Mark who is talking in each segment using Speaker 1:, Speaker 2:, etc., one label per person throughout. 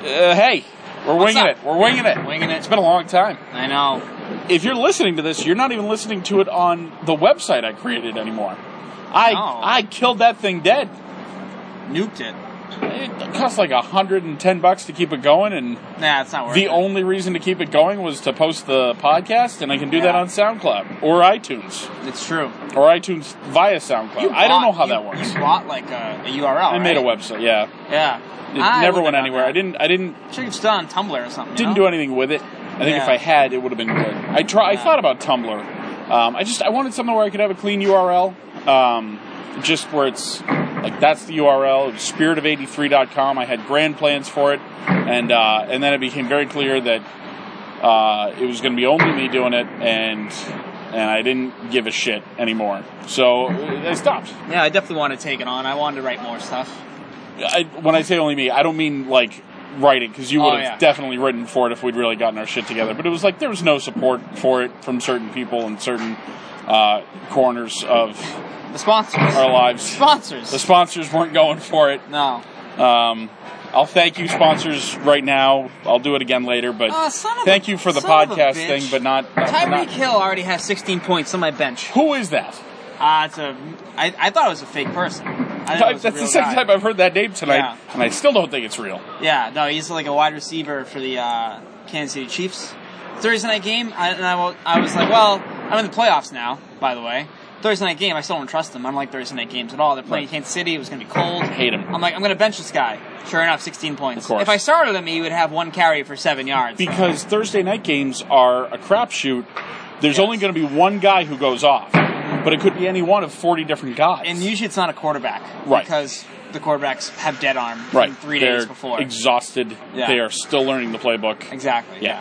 Speaker 1: Uh, hey, we're
Speaker 2: What's
Speaker 1: winging
Speaker 2: up?
Speaker 1: it. We're winging it.
Speaker 2: Winging
Speaker 1: It's
Speaker 2: it.
Speaker 1: been a long time.
Speaker 2: I know.
Speaker 1: If you're listening to this, you're not even listening to it on the website I created anymore. I
Speaker 2: No.
Speaker 1: I killed that thing dead.
Speaker 2: Nuked it.
Speaker 1: It cost like hundred and ten bucks to keep it going, and
Speaker 2: Nah, it's not worth
Speaker 1: the
Speaker 2: it.
Speaker 1: only reason to keep it going was to post the podcast, and I can do that
Speaker 2: Yeah.
Speaker 1: on SoundCloud or iTunes
Speaker 2: it's true.
Speaker 1: or iTunes via SoundCloud.
Speaker 2: You
Speaker 1: I don't know
Speaker 2: bought-
Speaker 1: how
Speaker 2: you-
Speaker 1: that works.
Speaker 2: You bought like a, a URL.
Speaker 1: I made a
Speaker 2: right?
Speaker 1: website. Yeah,
Speaker 2: Yeah.
Speaker 1: it
Speaker 2: I
Speaker 1: never
Speaker 2: would've
Speaker 1: went
Speaker 2: done
Speaker 1: anywhere.
Speaker 2: that.
Speaker 1: I didn't. I didn't.
Speaker 2: Should have still on Tumblr or something.
Speaker 1: Didn't do anything with it. I think if
Speaker 2: Yeah.
Speaker 1: I had, it would have been good. I try. I
Speaker 2: Yeah.
Speaker 1: thought about Tumblr. Um, I just I wanted something where I could have a clean URL, um, just where it's like that's the URL. It was Spiritofeighty3.com. I had grand plans for it, and uh, and then it became very clear that uh, it was going to be only me doing it, and and I didn't give a shit anymore. So I stopped.
Speaker 2: it. Yeah, I definitely want to take it on. I wanted to write more stuff.
Speaker 1: I, when I say only me, I don't mean like writing because you
Speaker 2: Oh,
Speaker 1: would have
Speaker 2: yeah.
Speaker 1: definitely written for it if we'd really gotten our shit together. But it was like there was no support for it from certain people in certain uh, corners of
Speaker 2: The sponsors.
Speaker 1: our lives.
Speaker 2: Sponsors.
Speaker 1: The sponsors weren't going for it.
Speaker 2: no.
Speaker 1: Um, I'll thank you, sponsors, right now. I'll do it again later, but
Speaker 2: Ah, son of
Speaker 1: thank
Speaker 2: a-
Speaker 1: you for the
Speaker 2: son of a
Speaker 1: podcast
Speaker 2: bitch.
Speaker 1: thing. But not,
Speaker 2: Tyreek
Speaker 1: not
Speaker 2: Hill already has 16 points on my bench.
Speaker 1: who is that?
Speaker 2: Ah, it's a. I, I thought it was a fake person. I thought it was a
Speaker 1: That's the
Speaker 2: real
Speaker 1: second
Speaker 2: guy.
Speaker 1: time I've heard that name tonight,
Speaker 2: Yeah.
Speaker 1: and I still don't think it's real.
Speaker 2: Yeah, no, he's like a wide receiver for the uh, Kansas City Chiefs. Thursday night game, I, and I, wa- I was like, well, I'm in the playoffs now, by the way. Thursday night game, I still don't trust them. I don't like Thursday night games at all. They're playing
Speaker 1: Right.
Speaker 2: Kansas City. It was going to be cold.
Speaker 1: Hate 'em.
Speaker 2: I'm like, I'm going to bench this guy. Sure enough, 16 points.
Speaker 1: Of course.
Speaker 2: If I started him, he would have one carry for seven yards.
Speaker 1: because Thursday night games are a crapshoot. There's
Speaker 2: Yes.
Speaker 1: only going to be one guy who goes off, but it could be any one of 40 different guys.
Speaker 2: and usually it's not a quarterback.
Speaker 1: Right.
Speaker 2: Because the quarterbacks have dead arm from
Speaker 1: right,
Speaker 2: three
Speaker 1: They're
Speaker 2: days before.
Speaker 1: exhausted.
Speaker 2: Yeah.
Speaker 1: They are still learning the playbook.
Speaker 2: exactly.
Speaker 1: Yeah,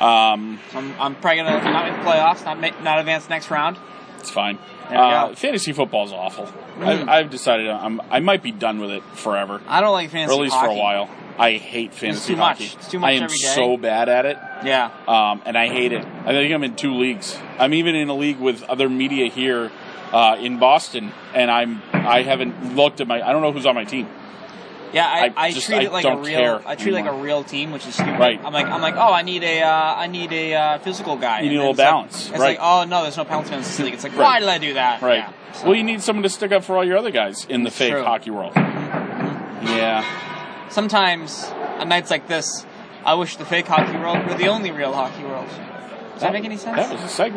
Speaker 1: um,
Speaker 2: So I'm, I'm probably going to not make the playoffs, not, make, not advance next round.
Speaker 1: it's fine.
Speaker 2: There we
Speaker 1: Uh,
Speaker 2: go.
Speaker 1: fantasy football is awful.
Speaker 2: Mm.
Speaker 1: I, I've decided I'm, I might be done with it forever,
Speaker 2: I don't like
Speaker 1: or
Speaker 2: fantasy
Speaker 1: at least for a
Speaker 2: hockey.
Speaker 1: while. I hate fantasy
Speaker 2: too much.
Speaker 1: hockey.
Speaker 2: It's too much
Speaker 1: I am
Speaker 2: every day.
Speaker 1: so bad at it.
Speaker 2: Yeah.
Speaker 1: um, and I hate it. I think I'm in two leagues. I'm even in a league with other media here uh, in Boston, and I'm I haven't looked at my. I don't know who's on my team.
Speaker 2: Yeah, I,
Speaker 1: I
Speaker 2: I,
Speaker 1: just-
Speaker 2: treat
Speaker 1: I
Speaker 2: it like
Speaker 1: don't
Speaker 2: a real
Speaker 1: care
Speaker 2: I treat it like a
Speaker 1: anymore.
Speaker 2: real team, which is stupid.
Speaker 1: Right.
Speaker 2: I'm like I'm like, oh, I need a uh, I need a uh, physical guy.
Speaker 1: You need a
Speaker 2: And
Speaker 1: little
Speaker 2: it's like-
Speaker 1: balance,
Speaker 2: It's
Speaker 1: right.
Speaker 2: like oh no, there's no penalty minutes this league. It's like
Speaker 1: Right.
Speaker 2: why did I do that?
Speaker 1: Right.
Speaker 2: Yeah. So
Speaker 1: Well, you need someone to stick up for all your other guys in the
Speaker 2: It's
Speaker 1: fake
Speaker 2: true.
Speaker 1: hockey world. Yeah,
Speaker 2: sometimes on nights like this, I wish the fake hockey world were the only real hockey world. Does that, make any sense?
Speaker 1: That was a segue.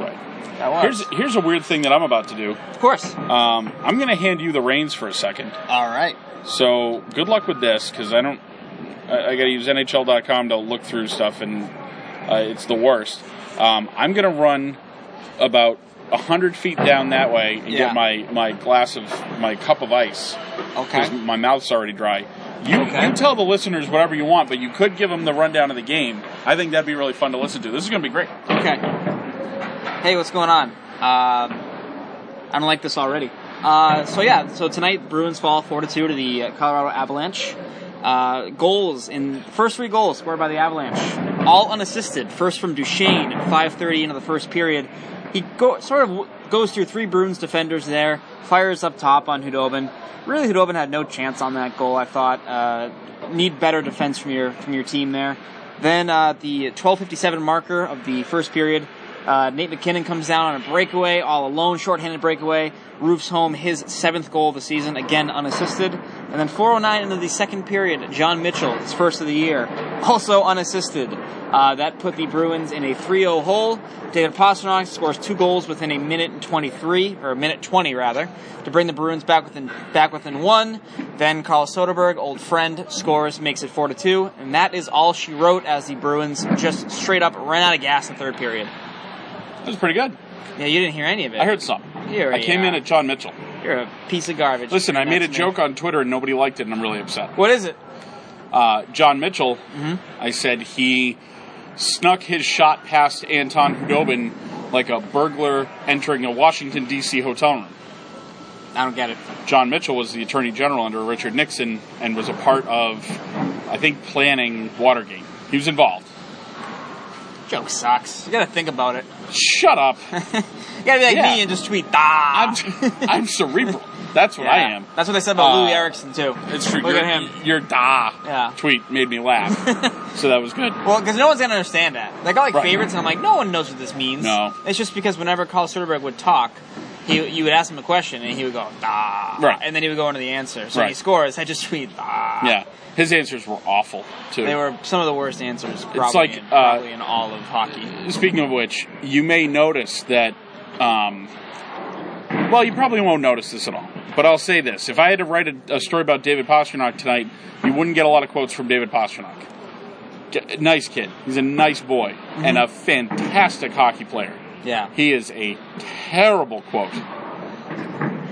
Speaker 2: That was.
Speaker 1: Here's here's a weird thing that I'm about to do.
Speaker 2: of course.
Speaker 1: Um, I'm going to hand you the reins for a second.
Speaker 2: All right.
Speaker 1: So good luck with this because I don't. I, I got to use NHL.com to look through stuff, and uh, it's the worst. Um, I'm gonna run about hundred feet down that way and
Speaker 2: Yeah.
Speaker 1: get my my glass of my cup of ice because
Speaker 2: Okay.
Speaker 1: my mouth's already dry. You,
Speaker 2: Okay.
Speaker 1: you tell the listeners whatever you want, but you could give them the rundown of the game. I think that'd be really fun to listen to. This is going to be great.
Speaker 2: Okay. Hey, what's going on? Um, I don't like this already. Uh, so yeah, so tonight Bruins fall four to two to the uh, Colorado Avalanche. Uh, goals in first three goals scored by the Avalanche, all unassisted. First from Duchesne at 5:30 into the first period. He go, sort of w- goes through three Bruins defenders there, fires up top on Hudobin. Really, Hudobin had no chance on that goal. I thought uh, need better defense from your from your team there. Then uh, the 12:57 marker of the first period, uh, Nate McKinnon comes down on a breakaway, all alone, shorthanded breakaway, roofs home his seventh goal of the season, again unassisted. And then 4:09 into the second period, John Mitchell, his first of the year, also unassisted. Uh, that put the Bruins in a 3-0 hole. David Pasternak scores two goals within a minute and 23, or a minute 20 rather, to bring the Bruins back within back within one. Then Carl Soderberg, old friend, scores, makes it 4 to 2, and that is all she wrote as the Bruins just straight up ran out of gas in the third period.
Speaker 1: That was pretty good.
Speaker 2: Yeah, you didn't hear any of it.
Speaker 1: I heard some.
Speaker 2: You're
Speaker 1: I came
Speaker 2: a- uh,
Speaker 1: in at John Mitchell.
Speaker 2: You're a piece of garbage.
Speaker 1: Listen, I
Speaker 2: That's
Speaker 1: made a
Speaker 2: me.
Speaker 1: joke on Twitter and nobody liked it, and I'm really upset.
Speaker 2: What is it?
Speaker 1: uh, John Mitchell,
Speaker 2: Mm-hmm.
Speaker 1: I said he snuck his shot past Anton Hudobin like a burglar entering a Washington, D.C. hotel room.
Speaker 2: I don't get it.
Speaker 1: John Mitchell was the Attorney General under Richard Nixon and was a part of, I think, planning Watergate. He was involved.
Speaker 2: Joke sucks. You gotta think about it.
Speaker 1: Shut up.
Speaker 2: You gotta be like
Speaker 1: Yeah.
Speaker 2: me and just tweet, ah.
Speaker 1: I'm, I'm cerebral. That's what I am.
Speaker 2: That's what they said about
Speaker 1: Uh,
Speaker 2: Louis Erickson too.
Speaker 1: It's true.
Speaker 2: Look
Speaker 1: your,
Speaker 2: at him.
Speaker 1: Your da
Speaker 2: Yeah.
Speaker 1: tweet made me laugh, so that was good.
Speaker 2: Well, because no one's gonna understand that. They got like
Speaker 1: Right.
Speaker 2: favorites, and I'm like, no one knows what this means.
Speaker 1: No.
Speaker 2: It's just because whenever Carl Soderbergh would talk, he you would ask him a question, and he would go da,
Speaker 1: Right.
Speaker 2: and then he would go into the answer. So when he
Speaker 1: Right.
Speaker 2: scores, I just tweet da.
Speaker 1: Yeah, his answers were awful too.
Speaker 2: They were some of the worst answers probably,
Speaker 1: like,
Speaker 2: in,
Speaker 1: uh,
Speaker 2: probably in all of hockey.
Speaker 1: Speaking of which, you may notice that. Um, well, you probably won't notice this at all, but I'll say this: if I had to write a, a story about David Pasternak tonight, you wouldn't get a lot of quotes from David Pasternak. G- nice kid. He's a nice boy
Speaker 2: Mm-hmm.
Speaker 1: and a fantastic hockey player.
Speaker 2: Yeah.
Speaker 1: He is a terrible quote.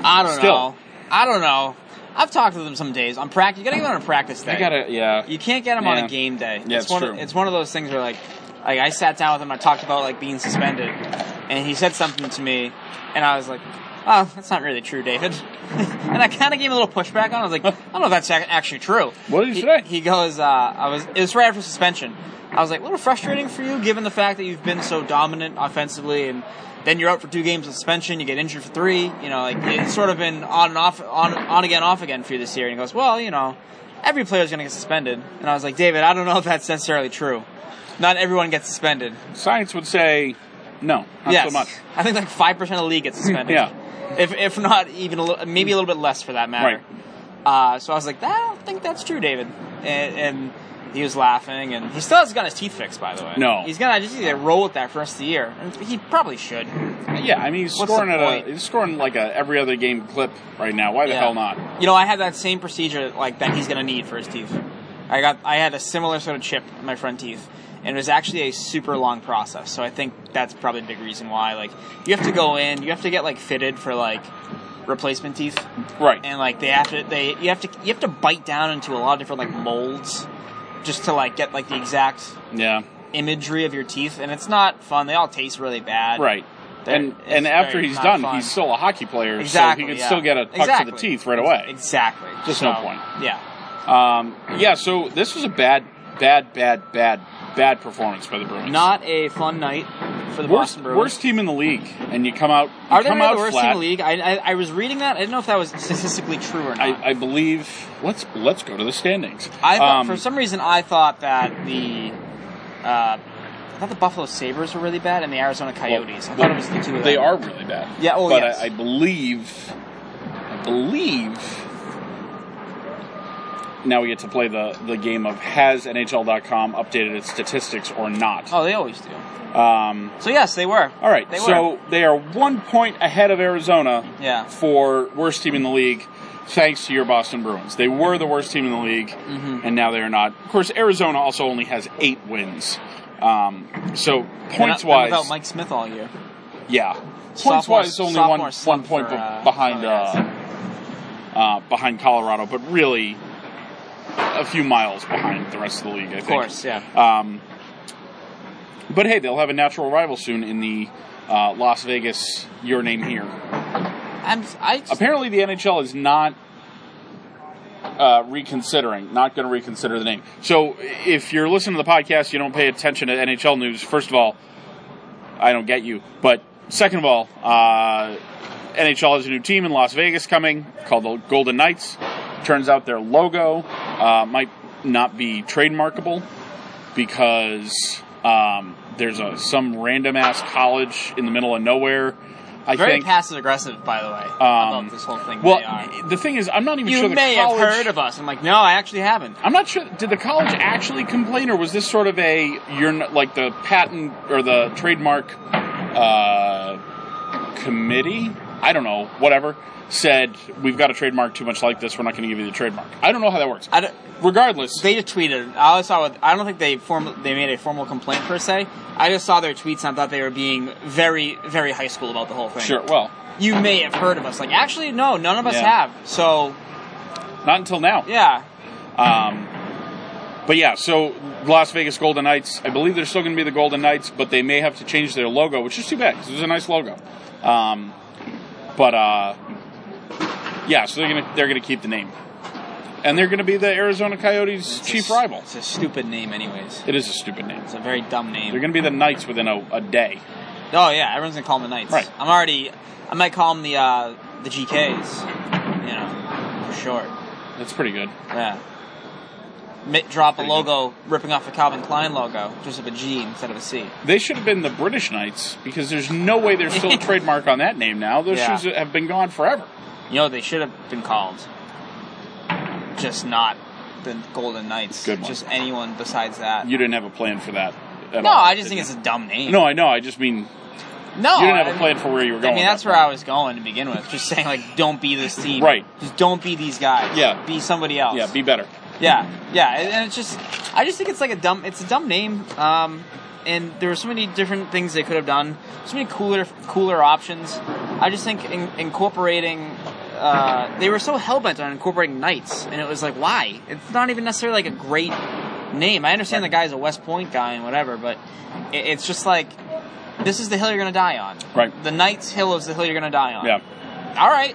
Speaker 2: I don't
Speaker 1: Still.
Speaker 2: know. I don't know. I've talked to them some days on practice. You gotta get them on a practice day.
Speaker 1: I gotta, yeah.
Speaker 2: You can't get them on
Speaker 1: Yeah.
Speaker 2: a game day.
Speaker 1: Yeah, it's
Speaker 2: one
Speaker 1: true.
Speaker 2: Of, it's one of those things where like, like I sat down with him. I talked about like being suspended, and he said something to me, and I was like, "Oh, that's not really true, David." and I kind of gave him a little pushback on. it. I was like, "I don't know if that's ac- actually true."
Speaker 1: What did he say?
Speaker 2: He goes, uh, "I was. It was right after suspension. I was like, a little frustrating for you, given the fact that you've been so dominant offensively and." Then you're out for two games of suspension. You get injured for three. You know, like it's sort of been on and off, on on again, off again for you this year. And he goes, well, you know, every player's going to get suspended. And I was like, David, I don't know if that's necessarily true. Not everyone gets suspended.
Speaker 1: Science would say no, not
Speaker 2: yes.
Speaker 1: so much.
Speaker 2: I think like 5% of the league gets suspended.
Speaker 1: Yeah.
Speaker 2: If, if not even a little, maybe a little bit less for that matter. Uh, so I was like, I don't think that's true, David. And, and he was laughing, and he still hasn't got his teeth fixed, by the way.
Speaker 1: No.
Speaker 2: He's going to just need to roll with that for the rest of the year. And he probably should.
Speaker 1: Yeah, I mean he's
Speaker 2: What's
Speaker 1: scoring
Speaker 2: the
Speaker 1: at a
Speaker 2: point?
Speaker 1: he's scoring like a every other game clip right now. Why the
Speaker 2: Yeah.
Speaker 1: hell not?
Speaker 2: You know, I had that same procedure like that he's gonna need for his teeth. I got I had a similar sort of chip in my front teeth, and it was actually a super long process. So I think that's probably a big reason why. Like you have to go in, you have to get like fitted for like replacement teeth,
Speaker 1: Right.
Speaker 2: and like they have to they you have to you have to bite down into a lot of different like molds just to like get like the exact
Speaker 1: yeah.
Speaker 2: imagery of your teeth, and it's not fun. They all taste really bad.
Speaker 1: Right.
Speaker 2: They're-
Speaker 1: and
Speaker 2: it's
Speaker 1: and after
Speaker 2: very
Speaker 1: he's
Speaker 2: not
Speaker 1: done,
Speaker 2: fun.
Speaker 1: he's still a hockey player,
Speaker 2: Exactly.
Speaker 1: so he can
Speaker 2: yeah.
Speaker 1: still get a puck to
Speaker 2: exactly.
Speaker 1: the teeth right away.
Speaker 2: Exactly.
Speaker 1: Just
Speaker 2: So,
Speaker 1: no point.
Speaker 2: Yeah.
Speaker 1: Um, yeah. So this was a bad, bad, bad, bad, bad performance by the Bruins.
Speaker 2: Not a fun night for
Speaker 1: worst,
Speaker 2: the Boston Bruins.
Speaker 1: worst team in the league, and you come out. You
Speaker 2: Are they
Speaker 1: come
Speaker 2: really
Speaker 1: out
Speaker 2: the worst
Speaker 1: flat.
Speaker 2: team in the league? I, I, I was reading that. I didn't know if that was statistically true or not.
Speaker 1: I, I believe. Let's let's go to the standings.
Speaker 2: I thought,
Speaker 1: Um,
Speaker 2: for some reason I thought that the uh, I thought the Buffalo Sabers were really bad and the Arizona Coyotes. I thought it was the two of them.
Speaker 1: They are really bad.
Speaker 2: Yeah, oh,
Speaker 1: but
Speaker 2: yes.
Speaker 1: I, I believe, I believe. Now we get to play the the game of has NHL.com updated its statistics or not.
Speaker 2: Oh, they always do.
Speaker 1: Um,
Speaker 2: So yes, they were.
Speaker 1: all right,
Speaker 2: They
Speaker 1: so
Speaker 2: were.
Speaker 1: they are one point ahead of Arizona
Speaker 2: Yeah.
Speaker 1: for worst team in the league, thanks to your Boston Bruins. They were the worst team in the league,
Speaker 2: Mm-hmm.
Speaker 1: and now they are not. Of course, Arizona also only has eight wins. Um, so
Speaker 2: They're not-
Speaker 1: points
Speaker 2: they're
Speaker 1: wise,
Speaker 2: without Mike Smith all year.
Speaker 1: yeah. Points
Speaker 2: Sophomore-
Speaker 1: wise, only
Speaker 2: sophomore
Speaker 1: one one
Speaker 2: slump
Speaker 1: point
Speaker 2: for,
Speaker 1: be-
Speaker 2: uh,
Speaker 1: behind
Speaker 2: oh, yes.
Speaker 1: uh, uh, behind Colorado, but really a few miles behind the rest of the league. I think.
Speaker 2: Of course, yeah.
Speaker 1: Um, but hey, they'll have a natural rival soon in the uh, Las Vegas. Your name here.
Speaker 2: I'm, I just,
Speaker 1: Apparently, the NHL is not uh, reconsidering, not going to reconsider the name. So, if you're listening to the podcast, you don't pay attention to NHL news. First of all, I don't get you. But second of all, uh, NHL has a new team in Las Vegas coming called the Golden Knights. Turns out their logo uh, might not be trademarkable because um, there's a some random ass college in the middle of nowhere. I
Speaker 2: very
Speaker 1: think Um,
Speaker 2: passive aggressive, by the way, about this whole thing.
Speaker 1: well,
Speaker 2: they are.
Speaker 1: the thing is, I'm not even
Speaker 2: you
Speaker 1: sure the
Speaker 2: may
Speaker 1: college.
Speaker 2: have heard of us. I'm like, no, I actually haven't.
Speaker 1: I'm not sure. Did the college actually complain, or was this sort of a you're not, like the patent or the trademark uh, committee? I don't know. Whatever said, we've got a trademark too much like this. We're not going to give you the trademark. I don't know how that works.
Speaker 2: I don't,
Speaker 1: Regardless,
Speaker 2: They just tweeted. I always saw. With, I don't think they form. They made a formal complaint per se. I just saw their tweets and I thought they were being very, very high school about the whole thing.
Speaker 1: sure. Well,
Speaker 2: You may have heard of us. Like, actually, no, none of us
Speaker 1: Yeah.
Speaker 2: have. So,
Speaker 1: not until now.
Speaker 2: yeah,
Speaker 1: Um, but yeah, so Las Vegas Golden Knights. I believe they're still going to be the Golden Knights, but they may have to change their logo, which is too bad 'cause it was a nice logo. Um, but uh, yeah, so they're gonna they're gonna keep the name, and they're gonna be the Arizona Coyotes'
Speaker 2: It's a
Speaker 1: chief
Speaker 2: s-
Speaker 1: rival.
Speaker 2: It's a stupid name, anyways.
Speaker 1: It is a stupid name.
Speaker 2: It's a very dumb name.
Speaker 1: They're gonna be the Knights within a, a day.
Speaker 2: oh yeah, everyone's gonna call them the Knights.
Speaker 1: Right.
Speaker 2: I'm already. I might call them the uh, the GKs. you know, for sure.
Speaker 1: That's pretty good.
Speaker 2: Yeah. Mitt drop a
Speaker 1: Pretty
Speaker 2: logo ripping off the Calvin Klein logo, just of a G instead of a C.
Speaker 1: They should have been the British Knights because there's no way there's still a trademark on that name now. Those
Speaker 2: Yeah.
Speaker 1: shoes have been gone forever.
Speaker 2: You know what they should have been called? Just not the Golden Knights.
Speaker 1: Good one.
Speaker 2: Just anyone besides that.
Speaker 1: You didn't have a plan for that. At
Speaker 2: no,
Speaker 1: all,
Speaker 2: I just
Speaker 1: did
Speaker 2: think it's a dumb
Speaker 1: you?
Speaker 2: name.
Speaker 1: No, I know. I just mean
Speaker 2: no,
Speaker 1: you didn't
Speaker 2: I
Speaker 1: have a
Speaker 2: mean-
Speaker 1: plan for where you were
Speaker 2: I
Speaker 1: going.
Speaker 2: mean, that's
Speaker 1: with
Speaker 2: where I was going to begin with. Just saying, like, don't be this team.
Speaker 1: Right.
Speaker 2: Just don't be these guys.
Speaker 1: Yeah.
Speaker 2: Be somebody else.
Speaker 1: that. Yeah, be better.
Speaker 2: Yeah, yeah, and, and it's just, I just think it's like a dumb, it's a dumb name. Um, and there were so many different things they could have done, so many cooler, cooler options. I just think in, incorporating, uh, they were so hell bent on incorporating knights, and it was like, why? It's not even necessarily like a great name. I understand the guy's a West Point guy and whatever, but it, it's just like, this is the hill you're gonna die on.
Speaker 1: Right.
Speaker 2: The knight's hill is the hill you're gonna die on.
Speaker 1: Yeah.
Speaker 2: All right.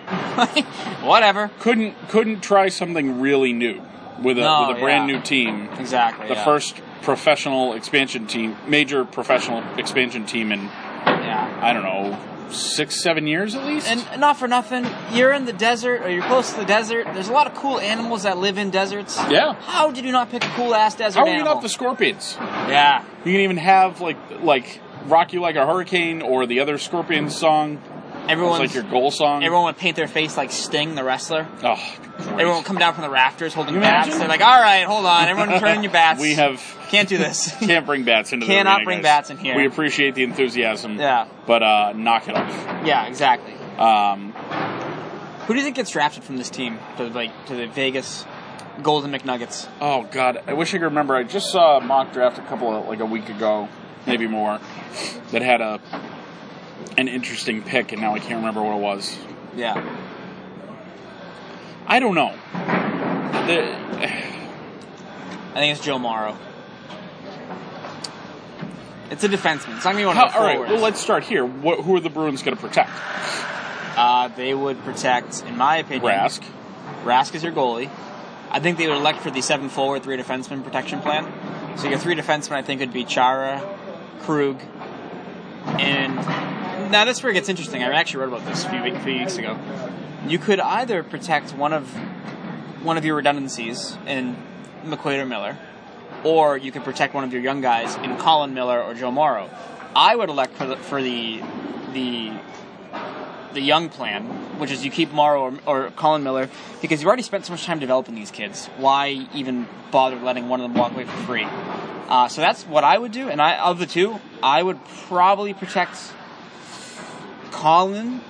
Speaker 2: whatever.
Speaker 1: Couldn't couldn't try something really new with a
Speaker 2: No,
Speaker 1: with a brand
Speaker 2: yeah.
Speaker 1: new team.
Speaker 2: Exactly.
Speaker 1: The
Speaker 2: yeah.
Speaker 1: first professional expansion team, major professional expansion team in
Speaker 2: Yeah.
Speaker 1: I don't know six seven years at least.
Speaker 2: And not for nothing, you're in the desert or you're close to the desert. There's a lot of cool animals that live in deserts.
Speaker 1: yeah.
Speaker 2: How did you not pick a cool ass desert
Speaker 1: How are you
Speaker 2: animal?
Speaker 1: not the Scorpions?
Speaker 2: yeah.
Speaker 1: You can even have like like "Rock You Like a Hurricane" or the other Scorpions song. It's
Speaker 2: Everyone's,
Speaker 1: like your goal song.
Speaker 2: everyone would paint their face like Sting, the wrestler.
Speaker 1: oh,
Speaker 2: Everyone would come down from the rafters holding
Speaker 1: You
Speaker 2: bats.
Speaker 1: imagine?
Speaker 2: They're like, all right, hold on. Everyone turn in your bats.
Speaker 1: we have
Speaker 2: Can't do this.
Speaker 1: can't bring bats into the
Speaker 2: Cannot
Speaker 1: arena,
Speaker 2: bring
Speaker 1: guys.
Speaker 2: bats in here.
Speaker 1: We appreciate the enthusiasm.
Speaker 2: Yeah.
Speaker 1: but uh, knock it off.
Speaker 2: yeah, exactly.
Speaker 1: Um,
Speaker 2: Who do you think gets drafted from this team to like to the Vegas Golden McNuggets?
Speaker 1: oh god, I wish I could remember. I just saw a mock draft a couple of like a week ago, maybe more, that had a an interesting pick, and now I can't remember what it was.
Speaker 2: Yeah.
Speaker 1: I don't know. The-
Speaker 2: I think it's Joe Morrow. It's a defenseman. It's not gonna be one
Speaker 1: how-
Speaker 2: of the
Speaker 1: all right,
Speaker 2: forwards.
Speaker 1: well, let's start here. What, who are the Bruins going to protect?
Speaker 2: Uh, they would protect, in my opinion,
Speaker 1: Rask.
Speaker 2: Rask is your goalie. I think they would elect for the seven forward, three defenseman protection plan. So your three defensemen, I think, would be Chara, Krug, and now this is where it gets interesting. I actually wrote about this a few, week, few weeks ago. You could either protect one of one of your redundancies in McQuaid or Miller, or you could protect one of your young guys in Colin Miller or Joe Morrow. I would elect for the for the the the young plan, which is you keep Morrow or, or Colin Miller, because you already spent so much time developing these kids. Why even bother letting one of them walk away for free? Uh, so that's what I would do. And I, of the two, I would probably protect Colin,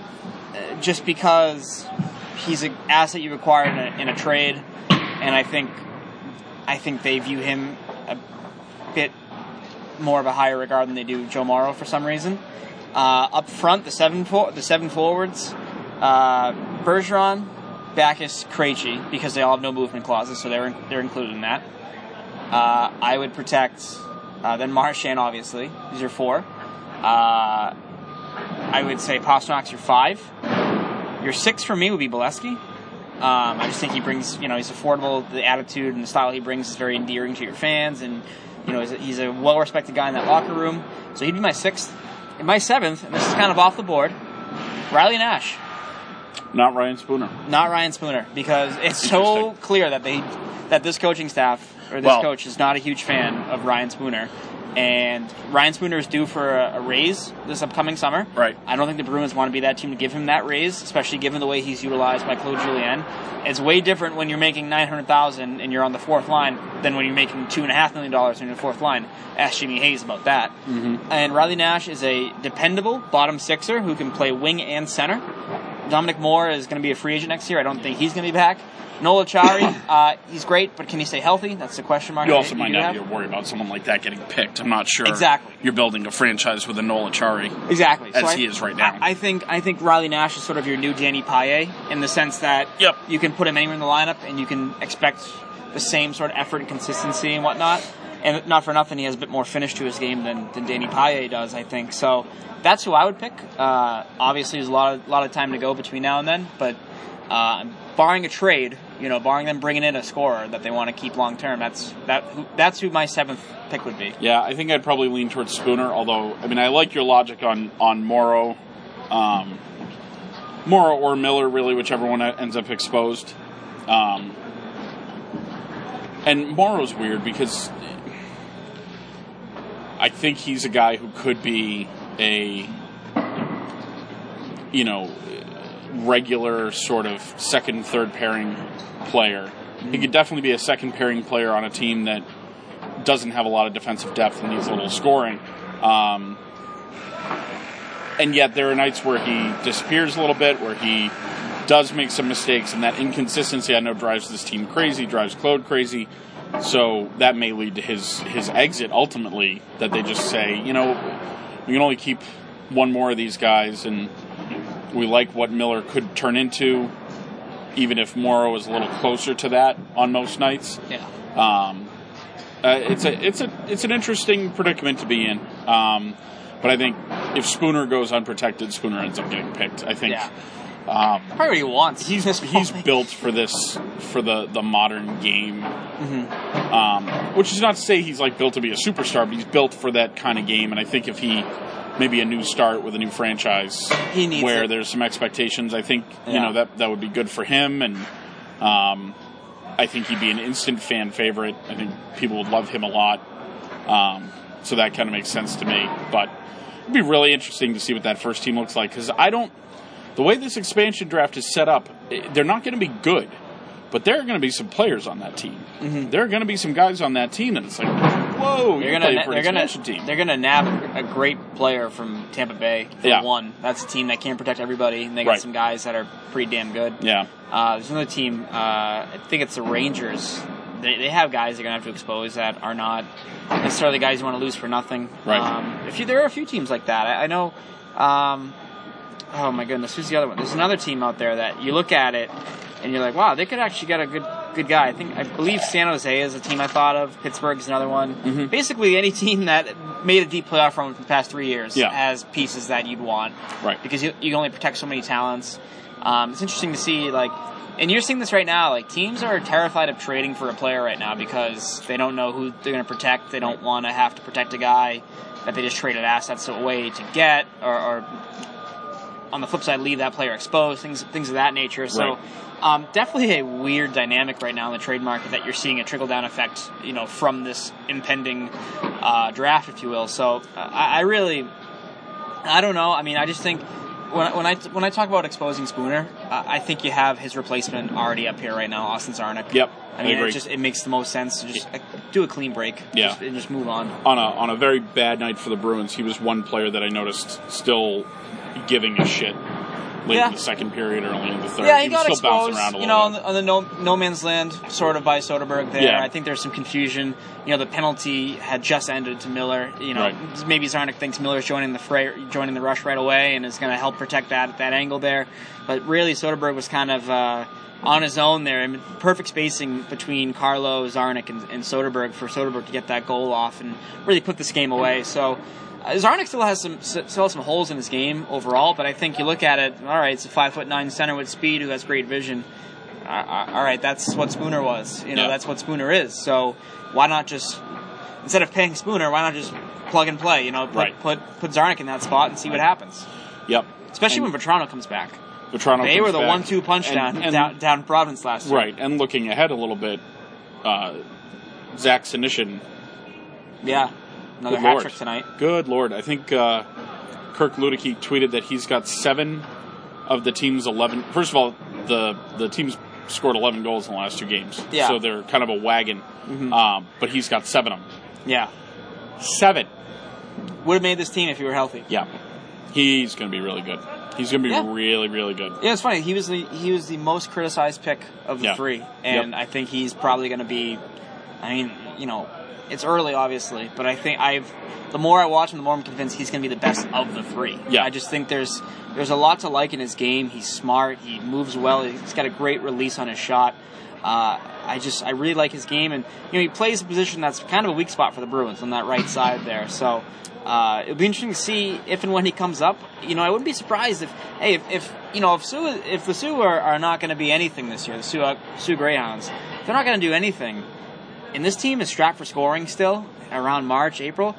Speaker 2: uh, just because he's an asset you acquired in a, in a trade, and I think I think they view him a bit more of a higher regard than they do Joe Morrow for some reason. Uh, up front, the seven for, the seven forwards, uh, Bergeron, Backus, Krejci, because they all have no movement clauses, so they're they're included in that. Uh, I would protect uh, then Marshan, obviously. These are four. Uh, I would say Pasternak's your five. Your six for me would be Bolesky. Um, I just think he brings, you know, he's affordable. The attitude and the style he brings is very endearing to your fans, and you know, he's a, he's a well-respected guy in that locker room. So he'd be my sixth. And my seventh, and this is kind of off the board, Riley Nash,
Speaker 1: Not Ryan Spooner.
Speaker 2: not Ryan Spooner, because it's so
Speaker 1: Interesting.
Speaker 2: clear that they that this coaching staff or this
Speaker 1: Well-
Speaker 2: coach is not a huge fan of Ryan Spooner. And Ryan Spooner is due for a, a raise this upcoming summer.
Speaker 1: Right.
Speaker 2: I don't think the Bruins want to be that team to give him that raise, especially given the way he's utilized by Claude Julien. It's way different when you're making nine hundred thousand and you're on the fourth line than when you're making two and a half million dollars and you're the fourth line. Ask Jimmy Hayes about that. Mm-hmm. And Riley Nash is a dependable bottom sixer who can play wing and center. Dominic Moore is going to be a free agent next year. I don't think he's going to be back. Nola Chari, uh, he's great, but can he stay healthy? That's the question mark.
Speaker 1: You
Speaker 2: that
Speaker 1: also might
Speaker 2: do
Speaker 1: not
Speaker 2: have.
Speaker 1: be to worry about someone like that getting picked. I'm not sure.
Speaker 2: Exactly.
Speaker 1: You're building a franchise with a Nola Chari.
Speaker 2: Exactly.
Speaker 1: as he is right now.
Speaker 2: I, I think I think Riley Nash is sort of your new Danny Paye in the sense that
Speaker 1: Yep.
Speaker 2: you can put him anywhere in the lineup and you can expect the same sort of effort and consistency and whatnot. And not for nothing, he has a bit more finish to his game than, than Danny Paye does, I think. So that's who I would pick. Uh, obviously, there's a lot of lot of time to go between now and then, but uh, barring a trade, you know, barring them bringing in a scorer that they want to keep long term, that's that who, that's who my seventh pick would be.
Speaker 1: Yeah, I think I'd probably lean towards Spooner. Although, I mean, I like your logic on on Morrow. Um, Mora or Miller, really, whichever one ends up exposed. Um, and Morrow's weird because I think he's a guy who could be a, you know, regular sort of second, third pairing player. He could definitely be a second pairing player on a team that doesn't have a lot of defensive depth and needs a little scoring. Um, and yet there are nights where he disappears a little bit, where he does make some mistakes, and that inconsistency I know drives this team crazy, drives Claude crazy. So that may lead to his his exit ultimately. That they just say, you know, we can only keep one more of these guys, and we like what Miller could turn into, even if Morrow is a little closer to that on most nights.
Speaker 2: Yeah.
Speaker 1: Um, uh, it's a it's a it's an interesting predicament to be in. Um, but I think if Spooner goes unprotected, Spooner ends up getting picked. I think
Speaker 2: Yeah.
Speaker 1: um,
Speaker 2: Probably what he wants.
Speaker 1: he's
Speaker 2: This
Speaker 1: he's
Speaker 2: point.
Speaker 1: built for this for the the modern game.
Speaker 2: Mhm.
Speaker 1: Um, which is not to say he's like built to be a superstar, but he's built for that kind of game. And I think if he maybe a new start with a new franchise
Speaker 2: He needs
Speaker 1: where
Speaker 2: it.
Speaker 1: there's some expectations, I think you
Speaker 2: Yeah.
Speaker 1: know that that would be good for him. And um, I think he'd be an instant fan favorite. I think people would love him a lot. Um, so that kind of makes sense to me. But it'd be really interesting to see what that first team looks like because I don't. The way this expansion draft is set up, eh, they're not going to be good, but there are going to be some players on that team. There are going to be some guys on that team that it's like, whoa,
Speaker 2: They're
Speaker 1: you're
Speaker 2: Mm-hmm. gonna
Speaker 1: going to
Speaker 2: they're
Speaker 1: an
Speaker 2: gonna
Speaker 1: expansion team.
Speaker 2: they're gonna nab a great player from Tampa Bay for
Speaker 1: Yeah.
Speaker 2: one. That's a team that can't protect everybody, and they got
Speaker 1: Right.
Speaker 2: some guys that are pretty damn good.
Speaker 1: Yeah,
Speaker 2: Uh, there's another team. Uh, I think it's the Rangers. They, they have guys they're gonna have to expose that are not necessarily guys you want to lose for nothing.
Speaker 1: Right.
Speaker 2: Um, if you, there are a few teams like that, I, I know. Um, oh my goodness, who's the other one? There's another team out there that you look at it and you're like, wow, they could actually get a good good guy. I think I believe San Jose is a team I thought of. Pittsburgh's another one.
Speaker 1: Mm-hmm.
Speaker 2: Basically, any team that made a deep playoff run for the past three years
Speaker 1: Yeah.
Speaker 2: has pieces that you'd want,
Speaker 1: Right.
Speaker 2: Because you, you can only protect so many talents. Um, it's interesting to see like. And you're seeing this right now. Like teams are terrified of trading for a player right now because they don't know who they're going to protect. They don't want to have to protect a guy that they just traded assets away to get, or, or on the flip side, leave that player exposed, things things of that nature. So,
Speaker 1: Right.
Speaker 2: um, definitely a weird dynamic right now in the trade market that you're seeing a trickle down effect, you know, from this impending uh, draft, if you will. So, uh, I, I really, I don't know. I mean, I just think when I- when I when I talk about exposing Spooner, uh, I think you have his replacement already up here right now, Austin Zarnik.
Speaker 1: Yep,
Speaker 2: I
Speaker 1: I
Speaker 2: mean,
Speaker 1: agree.
Speaker 2: it just it makes the most sense to just uh, do a clean break,
Speaker 1: Yeah.
Speaker 2: just, and just move on.
Speaker 1: on a on a very bad night for the Bruins, he was one player that I noticed still giving a shit late
Speaker 2: Yeah.
Speaker 1: in the second period or early in the third.
Speaker 2: Yeah, he,
Speaker 1: was
Speaker 2: got
Speaker 1: still
Speaker 2: exposed.
Speaker 1: bouncing around a
Speaker 2: you know,
Speaker 1: little
Speaker 2: on the, on the no, no man's land, sort of by Soderberg there.
Speaker 1: Yeah.
Speaker 2: I think there's some confusion. You know, the penalty had just ended to Miller. You know,
Speaker 1: Right.
Speaker 2: maybe Zarnik thinks Miller's joining the fray, joining the rush right away, and is going to help protect that that angle there. But really, Soderberg was kind of. Uh, on his own there, and perfect spacing between Carlo, Zarnik, and, and Soderberg for Soderberg to get that goal off and really put this game away. So uh, Zarnik still has some s- still has some holes in his game overall, but I think you look at it. All right, it's a five foot nine center with speed who has great vision. Uh, uh, All right, that's what Spooner was. You know,
Speaker 1: Yeah.
Speaker 2: that's what Spooner is. So why not just instead of paying Spooner, why not just plug and play? You know, put
Speaker 1: Right.
Speaker 2: put, put Zarnik in that spot and see what happens.
Speaker 1: bit. Yep.
Speaker 2: Especially
Speaker 1: And
Speaker 2: when Vetrano comes back.
Speaker 1: Vetrano
Speaker 2: They
Speaker 1: comes
Speaker 2: were the
Speaker 1: back.
Speaker 2: one two punch
Speaker 1: And-
Speaker 2: down,
Speaker 1: and-
Speaker 2: down down Providence last year.
Speaker 1: Right, and looking ahead a little bit, uh, Zach Sinishin.
Speaker 2: Yeah. Another
Speaker 1: Good
Speaker 2: hat
Speaker 1: lord.
Speaker 2: trick tonight.
Speaker 1: Good lord, I think uh, Kirk Ludicky tweeted that he's got seven of the team's eleven. First of all, the the team's scored eleven goals in the last two games,
Speaker 2: Yeah.
Speaker 1: so they're kind of a wagon. Um, but he's got seven of them.
Speaker 2: Uh, Yeah.
Speaker 1: Seven.
Speaker 2: Would have made this team if he were healthy.
Speaker 1: Yeah, he's going to be really good. He's going to be
Speaker 2: Yeah.
Speaker 1: really, really good.
Speaker 2: Yeah, it's funny. He was the he was the most criticized pick of the
Speaker 1: Yeah.
Speaker 2: three, and
Speaker 1: Yep.
Speaker 2: I think he's probably going to be. I mean, you know, it's early, obviously, but I think I've the more I watch him, the more I'm convinced he's going to be the best of the three.
Speaker 1: Yeah.
Speaker 2: I just think there's there's a lot to like in his game. He's smart. He moves well. He's got a great release on his shot. Uh, I just I really like his game, and you know he plays a position that's kind of a weak spot for the Bruins on that right side there. So uh, it'll be interesting to see if and when he comes up. You know I wouldn't be surprised if hey if, if you know if Sioux if the Sioux are, are not going to be anything this year, the Sioux Sioux Greyhounds, if they're not going to do anything. And this team is strapped for scoring still around March, April.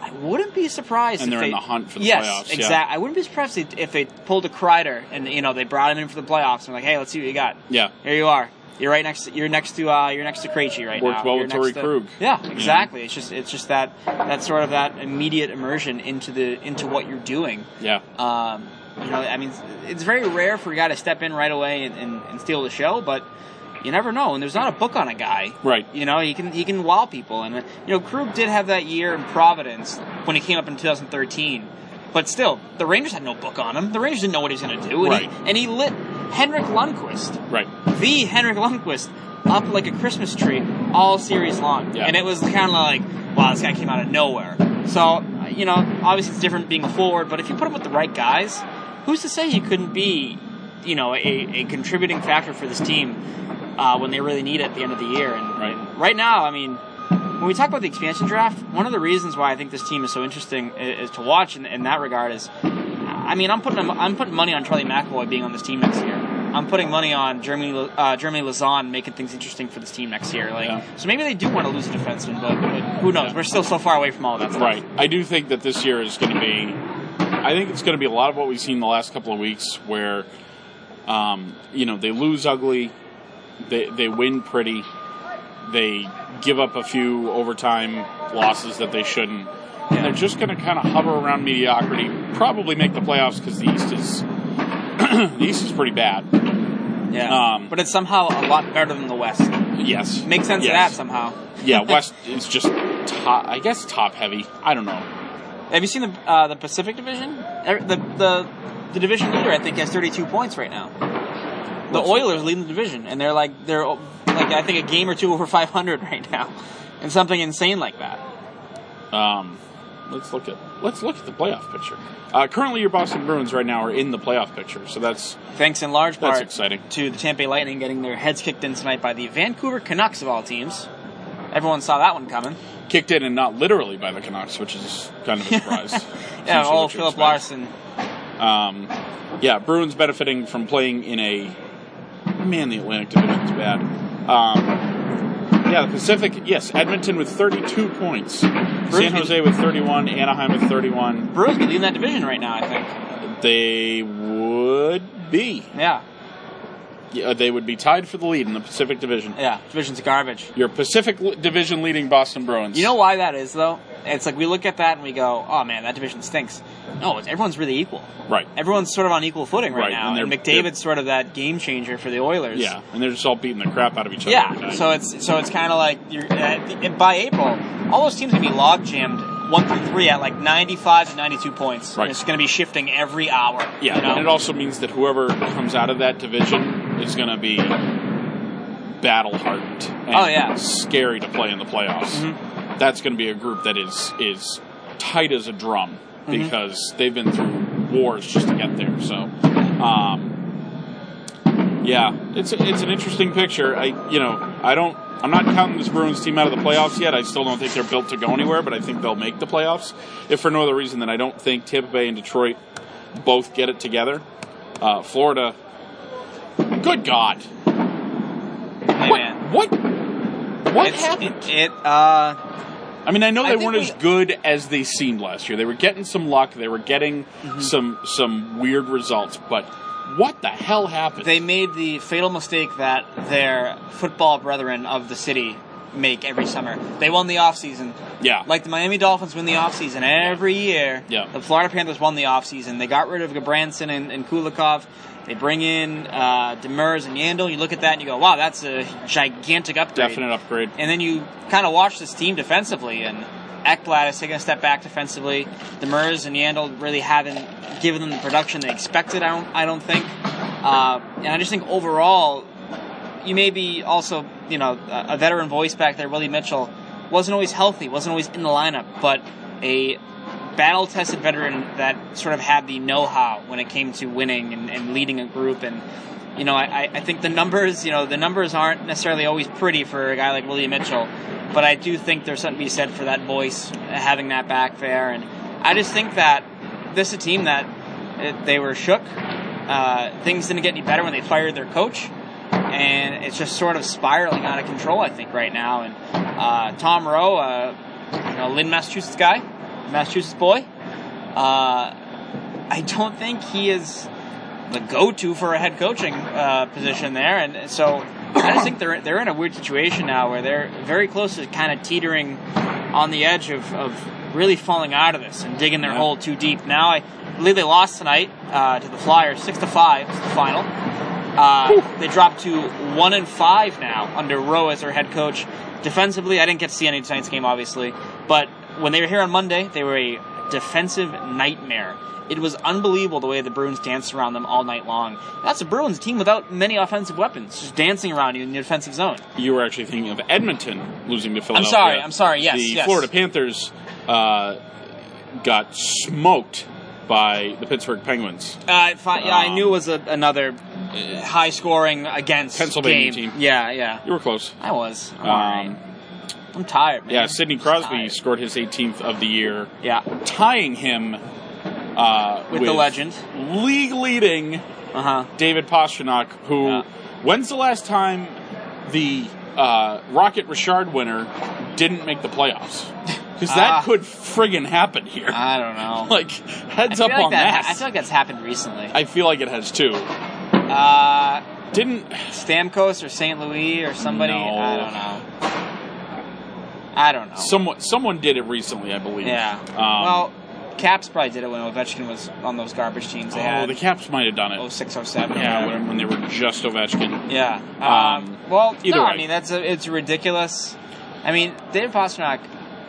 Speaker 2: I I wouldn't be surprised.
Speaker 1: And
Speaker 2: if
Speaker 1: they're
Speaker 2: they,
Speaker 1: in the hunt for the
Speaker 2: yes,
Speaker 1: playoffs, yeah.
Speaker 2: exactly. I wouldn't be surprised if they, if they pulled a Kreider and you know they brought him in for the playoffs. and like, hey, let's see what you got.
Speaker 1: Yeah.
Speaker 2: Here you are. You're right next. To, you're next to. Uh, you're next to Krejci right
Speaker 1: Worked
Speaker 2: now.
Speaker 1: well
Speaker 2: You're
Speaker 1: with
Speaker 2: next
Speaker 1: Torrey
Speaker 2: to-
Speaker 1: Krug.
Speaker 2: Yeah, exactly. It's just it's just that that sort of that immediate immersion into the into what you're doing.
Speaker 1: Yeah.
Speaker 2: Um, you know, I mean, it's- it's very rare for a guy to step in right away and, and, and steal the show, but you never know. And there's not a book on a guy.
Speaker 1: Right.
Speaker 2: You know, he can he can wow people, and you know, Krug did have that year in Providence when he came up in 2013. But still, the Rangers had no book on him. The Rangers didn't know what he was going to do, and,
Speaker 1: Right.
Speaker 2: he, and he lit Henrik Lundqvist
Speaker 1: Right.
Speaker 2: the Henrik Lundqvist up like a Christmas tree all series long,
Speaker 1: Yeah.
Speaker 2: and it was kind of like, wow, this guy came out of nowhere. So uh, you know, obviously it's different being a forward, but if you put him with the right guys, who's to say he couldn't be, you know, a, a contributing factor for this team uh, when they really need it at the end of the year? And
Speaker 1: Right.
Speaker 2: right now, I mean, when we talk about the expansion draft, one of the reasons why I think this team is so interesting i- is to watch in, in that regard is, I mean, I'm putting I'm putting money on Charlie McAvoy being on this team next year. I'm putting money on Germany Lo- uh, Germany Lazan making things interesting for this team next year. Like,
Speaker 1: Yeah.
Speaker 2: so maybe they do want to lose a defenseman, but, but who knows? We're still so far away from all of that stuff.
Speaker 1: Right. I do think that this year is going to be. I think it's going to be a lot of what we've seen the last couple of weeks, where, um, you know, they lose ugly, they they win pretty, they give up a few overtime losses that they shouldn't, and they're just going to kind of hover around mediocrity. Probably make the playoffs because the East is the East is pretty bad.
Speaker 2: Yeah.
Speaker 1: Um,
Speaker 2: but it's somehow a lot better than the West.
Speaker 1: Yes,
Speaker 2: Makes sense of that
Speaker 1: Yes.
Speaker 2: somehow.
Speaker 1: yeah, West is just top. I guess top heavy. I don't know.
Speaker 2: Have you seen the uh, the Pacific Division? Er, The, the the division leader, I think, has 32 points right now. The
Speaker 1: What's-
Speaker 2: Oilers leading the division, and they're like they're like I think a game or two over 500 right now, and something insane like that.
Speaker 1: Um, let's look at let's look at the playoff picture. Uh, currently, your Boston Bruins right now are in the playoff picture, so that's
Speaker 2: Thanks in large part
Speaker 1: That's exciting.
Speaker 2: to the Tampa Bay Lightning getting their heads kicked in tonight by the Vancouver Canucks of all teams. Everyone saw that one coming.
Speaker 1: kicked in and not literally by the Canucks, which is kind of a surprise. It's usually
Speaker 2: Yeah,
Speaker 1: what you
Speaker 2: old Philip
Speaker 1: expect.
Speaker 2: Larson.
Speaker 1: Um, yeah, Bruins benefiting from playing in a man. The Atlantic Division's bad. Um, yeah, the Pacific. Yes, Edmonton with 32 points, San
Speaker 2: Bruins-
Speaker 1: Jose with 31, Anaheim with 31.
Speaker 2: Bruins could lead that division right now, I think.
Speaker 1: They would be.
Speaker 2: Yeah,
Speaker 1: Yeah, they would be tied for the lead in the Pacific Division.
Speaker 2: yeah. Division's garbage.
Speaker 1: Your Pacific li- Division leading Boston Bruins.
Speaker 2: You know why that is, though? It's like we look at that and we go, "Oh man, that division stinks." No, it's- everyone's really equal.
Speaker 1: right?
Speaker 2: Everyone's sort of on equal footing right,
Speaker 1: Right,
Speaker 2: now,
Speaker 1: and
Speaker 2: and,
Speaker 1: they're- they're-
Speaker 2: McDavid's sort of that game changer for the Oilers.
Speaker 1: Yeah, and they're just all beating the crap out of each other. every
Speaker 2: Yeah,
Speaker 1: night.
Speaker 2: so it's so it's kind of like you're uh, by April, all those teams are gonna be log jammed one through three at like ninety five to ninety two points.
Speaker 1: Right.
Speaker 2: And it's gonna be shifting every hour.
Speaker 1: yeah,
Speaker 2: you know?
Speaker 1: and it also means that whoever comes out of that division is going to be battle hardened. and
Speaker 2: Oh, yeah.
Speaker 1: scary to play in the playoffs. That's going to be a group that is is tight as a drum because they've been through wars just to get there. So, um, yeah, it's it's an interesting picture. I you know I don't. I'm not counting this Bruins team out of the playoffs yet. I still don't think they're built to go anywhere, but I think they'll make the playoffs. If for no other reason than I don't think Tampa Bay and Detroit both get it together. Uh, Florida, good God,
Speaker 2: Hey,
Speaker 1: what
Speaker 2: man.
Speaker 1: what what
Speaker 2: It's-
Speaker 1: happened?
Speaker 2: It, uh,
Speaker 1: I mean, I know
Speaker 2: I
Speaker 1: they
Speaker 2: think
Speaker 1: weren't
Speaker 2: we-
Speaker 1: as good as they seemed last year. They were getting some luck. They were getting
Speaker 2: Mm-hmm.
Speaker 1: some some weird results. But what the hell happened?
Speaker 2: they made the fatal mistake that their football brethren of the city make every summer. They won the offseason.
Speaker 1: yeah,
Speaker 2: Like the Miami Dolphins win the offseason every year.
Speaker 1: Yeah.
Speaker 2: The Florida Panthers won the offseason. They got rid of Gabranson and, and Kulikov. They bring in uh, Demers and Yandel. You look at that and you go, wow, that's a gigantic upgrade.
Speaker 1: definite upgrade.
Speaker 2: And then you kind of watch this team defensively, and Ekblad is taking a step back defensively. Demers and Yandel really haven't given them the production they expected. I don't, I don't think. Uh, and I just think overall, you may be also, you know, a a veteran voice back there, Willie Mitchell, wasn't always healthy, wasn't always in the lineup, but a battle-tested veteran that sort of had the know-how when it came to winning and, and leading a group. And you know, I, I- I think the numbers, you know, the numbers aren't necessarily always pretty for a guy like Willie Mitchell, but I do think there's something to be said for that voice, uh, having that back there. And I just think that this is a team that uh, they were shook. Uh, things didn't get any better when they fired their coach and it's just sort of spiraling out of control, I think, right now. And uh, Tom Rowe, uh, you know, Lynn, Massachusetts guy, Massachusetts boy. Uh, I don't think he is the go-to for a head coaching uh, position there, and so I just think they're they're in a weird situation now where they're very close to kind of teetering on the edge of, of really falling out of this and digging their
Speaker 1: Yeah.
Speaker 2: hole too deep. Now I believe they lost tonight uh, to the Flyers, six to five, is the final. Uh, they dropped to one and five now under Rowe as their head coach. Defensively, I didn't get to see any of tonight's game, obviously, but when they were here on Monday, they were a defensive nightmare. It was unbelievable the way the Bruins danced around them all night long. That's a Bruins team without many offensive weapons, just dancing around you in the defensive zone.
Speaker 1: You were actually thinking of Edmonton losing to Philadelphia.
Speaker 2: sorry, I'm sorry, yes,
Speaker 1: the
Speaker 2: yes.
Speaker 1: Florida Panthers uh, got smoked by the Pittsburgh Penguins.
Speaker 2: Uh, fi- yeah, I
Speaker 1: Um,
Speaker 2: knew it was a, another high scoring against
Speaker 1: Pennsylvania
Speaker 2: game.
Speaker 1: team.
Speaker 2: Yeah, yeah.
Speaker 1: You were close.
Speaker 2: I was. I'm,
Speaker 1: Um,
Speaker 2: alright. I'm tired, man.
Speaker 1: Yeah, Sidney Crosby
Speaker 2: Tired.
Speaker 1: scored his 18th of the year,
Speaker 2: Yeah,
Speaker 1: tying him uh,
Speaker 2: with, the legend.
Speaker 1: league leading
Speaker 2: Uh huh.
Speaker 1: David Pasternak. Who?
Speaker 2: Yeah.
Speaker 1: When's the last time the uh, Rocket Richard winner didn't make the playoffs? Because that
Speaker 2: Ah.
Speaker 1: could friggin' happen here.
Speaker 2: I don't know.
Speaker 1: like heads
Speaker 2: I
Speaker 1: up
Speaker 2: feel like
Speaker 1: on
Speaker 2: that,
Speaker 1: that.
Speaker 2: I feel like that's happened recently.
Speaker 1: I feel like it has too.
Speaker 2: Uh,
Speaker 1: Didn't
Speaker 2: Stamkos or St. Louis or somebody.
Speaker 1: No.
Speaker 2: I don't know. I don't know.
Speaker 1: someone someone did it recently? I believe.
Speaker 2: yeah.
Speaker 1: Um,
Speaker 2: well, Caps probably did it when Ovechkin was on those garbage teams they
Speaker 1: oh,
Speaker 2: had.
Speaker 1: the Caps might have done it.
Speaker 2: 06, 07.
Speaker 1: yeah, when, when they were just Ovechkin.
Speaker 2: Yeah.
Speaker 1: Um,
Speaker 2: Um, well,
Speaker 1: either
Speaker 2: no,
Speaker 1: way.
Speaker 2: I mean that's a, it's ridiculous. I mean, David Pasternak.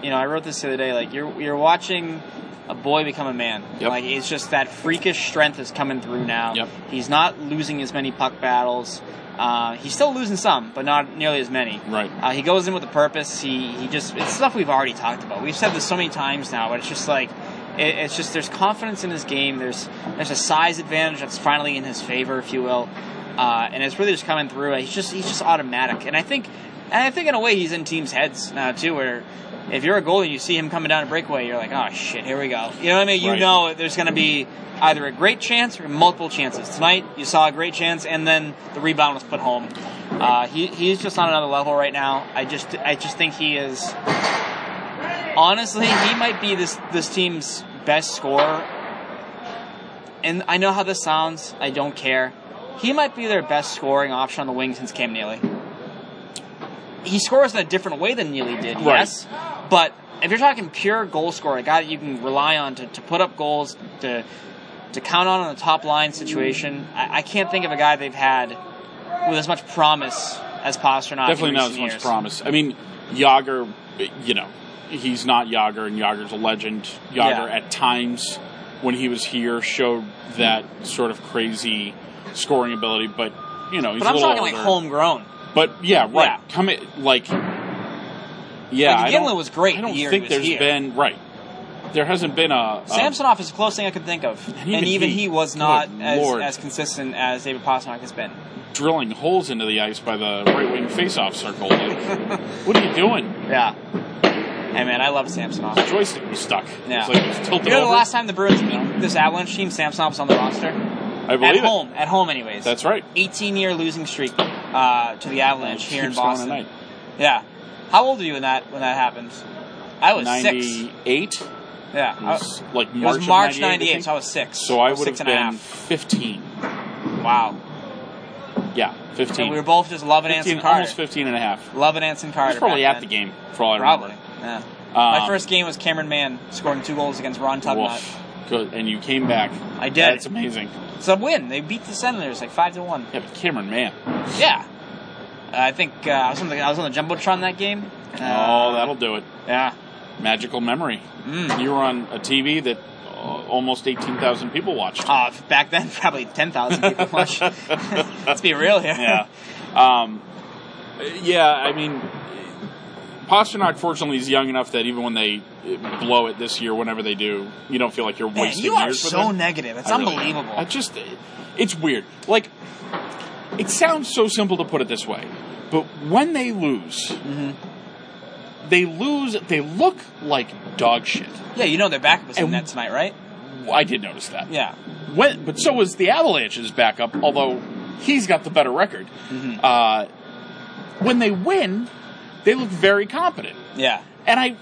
Speaker 2: You know, I wrote this the other day. Like you're you're watching a boy become a man.
Speaker 1: Yep.
Speaker 2: Like it's just that freakish strength is coming through now.
Speaker 1: Yep.
Speaker 2: He's not losing as many puck battles. Uh, he's still losing some, but not nearly as many.
Speaker 1: Right.
Speaker 2: Uh, he goes in with a purpose. He he just it's stuff we've already talked about. We've said this so many times now, but it's just like it, it's just there's confidence in his game. There's there's a size advantage that's finally in his favor, if you will, uh, and it's really just coming through. He's just he's just automatic, and I think and I think in a way he's in teams' heads now too, where. If you're a goalie and you see him coming down a breakaway, you're like, oh shit, here we go. You know what I mean? You
Speaker 1: Right.
Speaker 2: know there's going to be either a great chance or multiple chances. Tonight, you saw a great chance, and then the rebound was put home. Uh, he, he's just on another level right now. I just I just think he is. Honestly, he might be this this team's best scorer. And I know how this sounds. I don't care. He might be their best scoring option on the wing since Cam Neely. He scores in a different way than Neely did,
Speaker 1: Right.
Speaker 2: yes. But if you're talking pure goal scorer, a guy that you can rely on to, to put up goals, to to count on in the top line situation, I, I can't think of a guy they've had with as much promise as Pasternak. in
Speaker 1: Definitely not
Speaker 2: recent
Speaker 1: as much
Speaker 2: years.
Speaker 1: promise. I mean, Yager, you know, he's not Yager, and Yager's a legend. Yager,
Speaker 2: Yeah.
Speaker 1: at times when he was here, showed that sort of crazy scoring ability, but you know, he's
Speaker 2: But
Speaker 1: a
Speaker 2: I'm
Speaker 1: little
Speaker 2: talking like
Speaker 1: older.
Speaker 2: homegrown.
Speaker 1: But yeah, right.
Speaker 2: Yeah.
Speaker 1: Come in, like, yeah.
Speaker 2: Like,
Speaker 1: I don't-
Speaker 2: Gimlin was great
Speaker 1: I don't
Speaker 2: the year
Speaker 1: think
Speaker 2: he
Speaker 1: there's
Speaker 2: was here.
Speaker 1: been um, right. There hasn't been a, a
Speaker 2: Samsonov is the closest thing I could think of, and
Speaker 1: even
Speaker 2: even,
Speaker 1: he-
Speaker 2: he, was
Speaker 1: good
Speaker 2: not as,
Speaker 1: lord.
Speaker 2: as consistent as David Pasternak has been.
Speaker 1: drilling holes into the ice by the right wing face-off circle. Like, what are you doing?
Speaker 2: Yeah. Hey man, I love Samsonov.
Speaker 1: The joystick was stuck.
Speaker 2: Yeah.
Speaker 1: It's like it was tilted
Speaker 2: You know the
Speaker 1: over.
Speaker 2: last time the Bruins beat this Avalanche team, Samsonov was on the roster
Speaker 1: I
Speaker 2: at
Speaker 1: believe it.
Speaker 2: home. At home, anyways.
Speaker 1: That's right.
Speaker 2: 18 year losing streak uh, to the Avalanche here in
Speaker 1: Keeps going
Speaker 2: Boston.
Speaker 1: tonight.
Speaker 2: Yeah. How old were you when that when that happened? I was Oh, six.
Speaker 1: 98.
Speaker 2: Yeah.
Speaker 1: It
Speaker 2: I-
Speaker 1: was like
Speaker 2: it
Speaker 1: March,
Speaker 2: was
Speaker 1: of
Speaker 2: March
Speaker 1: 98. I
Speaker 2: 98, so I
Speaker 1: think.
Speaker 2: was six.
Speaker 1: So I
Speaker 2: was
Speaker 1: would have
Speaker 2: six and a
Speaker 1: been
Speaker 2: half.
Speaker 1: 15.
Speaker 2: Wow.
Speaker 1: Yeah, 15.
Speaker 2: And we were both just loving
Speaker 1: 15
Speaker 2: Anson
Speaker 1: almost
Speaker 2: Carter.
Speaker 1: 15 and a half.
Speaker 2: Loving Anson
Speaker 1: I
Speaker 2: Carter.
Speaker 1: was probably
Speaker 2: back
Speaker 1: at the
Speaker 2: then.
Speaker 1: game for all I remember.
Speaker 2: Probably. Yeah.
Speaker 1: Um,
Speaker 2: My first game was Cameron Mann scoring two goals against Ron Tugnut.
Speaker 1: woof. Good. And you came back.
Speaker 2: I did.
Speaker 1: That's amazing.
Speaker 2: It's a win. They beat the Senators like five to one.
Speaker 1: Yeah, but Cameron, man.
Speaker 2: Yeah. Uh, I think uh, I was on the I was on the jumbotron that game. Uh,
Speaker 1: oh, that'll do it.
Speaker 2: yeah.
Speaker 1: Magical memory.
Speaker 2: Mm.
Speaker 1: You were on a TV that uh, almost 18,000 people watched.
Speaker 2: Uh, f- back then, probably 10,000 people watched. Let's be real here.
Speaker 1: yeah. Um, yeah, I mean, Pasternak, fortunately, is young enough that even when they blow it this year, whenever they do, you don't feel like you're
Speaker 2: Man,
Speaker 1: wasting
Speaker 2: you are
Speaker 1: years with
Speaker 2: so
Speaker 1: them.
Speaker 2: negative. It's
Speaker 1: I really-
Speaker 2: unbelievable.
Speaker 1: I just, it's weird. Like, it sounds so simple to put it this way, but when they lose,
Speaker 2: Mhm.
Speaker 1: they lose, they look like dog shit.
Speaker 2: yeah, you know their backup was in
Speaker 1: And-
Speaker 2: that tonight, right?
Speaker 1: I did notice that.
Speaker 2: Yeah.
Speaker 1: When, but so was the Avalanche's backup, although he's got the better record. Uh, when they win, they look very competent,
Speaker 2: Yeah.
Speaker 1: and I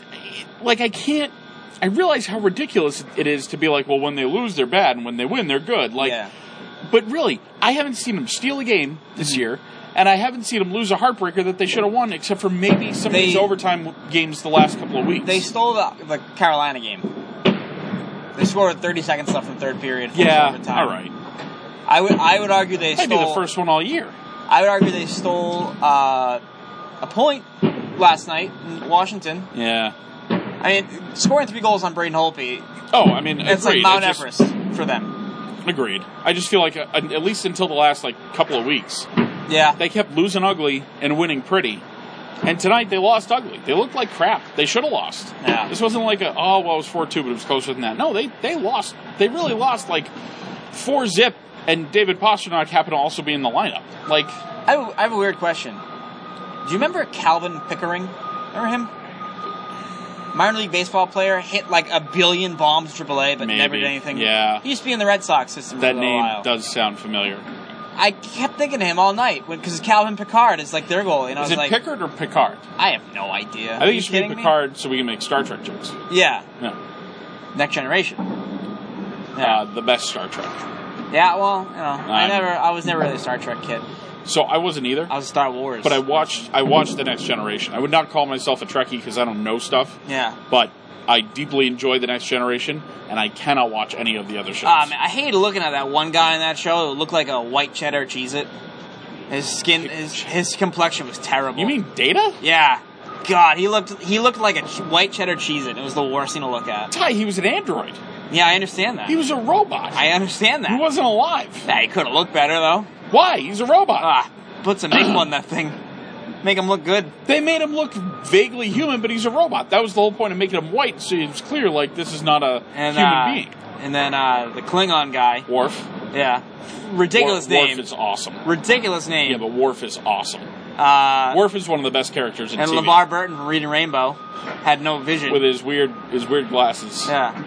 Speaker 1: like I can't I realize how ridiculous it is to be like, well, when they lose, they're bad, and when they win, they're good. Like,
Speaker 2: yeah.
Speaker 1: but really, I haven't seen them steal a game this
Speaker 2: Mm-hmm.
Speaker 1: year, and I haven't seen them lose a heartbreaker that they should have won, except for maybe some
Speaker 2: They-
Speaker 1: of these overtime games the last couple of weeks.
Speaker 2: They stole the, the Carolina game. They scored with 30 seconds left in third period. forced
Speaker 1: yeah,
Speaker 2: overtime.
Speaker 1: all right.
Speaker 2: I would I would argue they
Speaker 1: That'd be
Speaker 2: stole.
Speaker 1: the first one all year.
Speaker 2: I would argue they stole uh, a point last night in Washington.
Speaker 1: Yeah.
Speaker 2: I mean, scoring three goals on Braden Holtby,
Speaker 1: Oh, I mean,
Speaker 2: it's like
Speaker 1: agreed.
Speaker 2: Mount
Speaker 1: I just-
Speaker 2: Everest for them.
Speaker 1: Agreed. I just feel like, uh, at least until the last like couple of weeks,
Speaker 2: Yeah.
Speaker 1: they kept losing ugly and winning pretty. And tonight they lost ugly. They looked like crap. They should have lost.
Speaker 2: Yeah.
Speaker 1: This wasn't like a oh well it was four two, but it was closer than that. No, they they lost. They really lost like four zip. And David Pasternak happened to also be in the lineup. Like
Speaker 2: I have, I have a weird question. Do you remember Calvin Pickering? Remember him? Minor league baseball player hit like a billion bombs in AAA, but never
Speaker 1: Maybe.
Speaker 2: did anything.
Speaker 1: Yeah.
Speaker 2: he used to be in the Red Sox system.
Speaker 1: that
Speaker 2: for a
Speaker 1: name
Speaker 2: while.
Speaker 1: does sound familiar.
Speaker 2: I kept thinking of him all night because Calvin Picard is like their goalie, and I
Speaker 1: Is
Speaker 2: was
Speaker 1: it
Speaker 2: like,
Speaker 1: Pickard or Picard?
Speaker 2: I have no idea.
Speaker 1: I think it should be
Speaker 2: kidding
Speaker 1: Picard so we can make Star Trek jokes.
Speaker 2: Me? Yeah,
Speaker 1: No.
Speaker 2: next generation.
Speaker 1: Uh,
Speaker 2: Yeah,
Speaker 1: the best Star Trek.
Speaker 2: yeah. Well, you know, I
Speaker 1: I-
Speaker 2: never, I was never really a Star Trek kid.
Speaker 1: So I wasn't either.
Speaker 2: I was a Star Wars.
Speaker 1: But I watched I watched The Next Generation. I would not call myself a Trekkie because I don't know stuff,
Speaker 2: yeah.
Speaker 1: but I deeply enjoy The Next Generation, and I cannot watch any of the other shows.
Speaker 2: Ah, man, I hated looking at that one guy in that show. It looked like a white cheddar cheese it. His skin, his his complexion was terrible.
Speaker 1: you mean Data?
Speaker 2: Yeah. God, he looked he looked like a ch- white cheddar cheese it. It was the worst thing to look at.
Speaker 1: Ty, he was an android.
Speaker 2: Yeah, I understand that.
Speaker 1: He was a robot.
Speaker 2: I understand
Speaker 1: he
Speaker 2: that.
Speaker 1: wasn't alive.
Speaker 2: Yeah, he could have looked better though.
Speaker 1: Why? He's a robot.
Speaker 2: Ah, put some makeup on that thing. Make him look good.
Speaker 1: They made him look vaguely human, but he's a robot. That was the whole point of making him white, so it was clear like this is not a
Speaker 2: And
Speaker 1: human
Speaker 2: uh,
Speaker 1: being.
Speaker 2: And then uh, the Klingon guy.
Speaker 1: Worf.
Speaker 2: Yeah. Ridiculous
Speaker 1: Wor- Worf
Speaker 2: name.
Speaker 1: is awesome.
Speaker 2: Ridiculous name.
Speaker 1: Yeah, but Worf is awesome.
Speaker 2: uh,
Speaker 1: Worf is one of the best characters in
Speaker 2: and
Speaker 1: TV.
Speaker 2: Lamar Burton from Reading Rainbow had no vision.
Speaker 1: with his weird his weird glasses.
Speaker 2: yeah.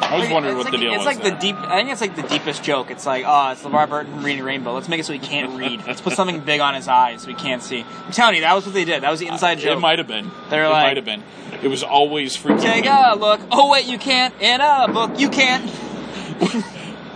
Speaker 1: I was wondering
Speaker 2: it's
Speaker 1: what
Speaker 2: like,
Speaker 1: the deal
Speaker 2: it's
Speaker 1: was.
Speaker 2: like
Speaker 1: there.
Speaker 2: the deep. I think it's like the deepest joke. It's like, oh, it's LeVar Burton from Reading Rainbow. Let's make it so he can't read. Let's put something big on his eyes so he can't see. I'm telling you, that was what they did. That was the inside joke.
Speaker 1: It might have been.
Speaker 2: They're
Speaker 1: it
Speaker 2: like-
Speaker 1: might have been. It was always freaking.
Speaker 2: Take a look. Oh wait, you can't. In a book, you can't.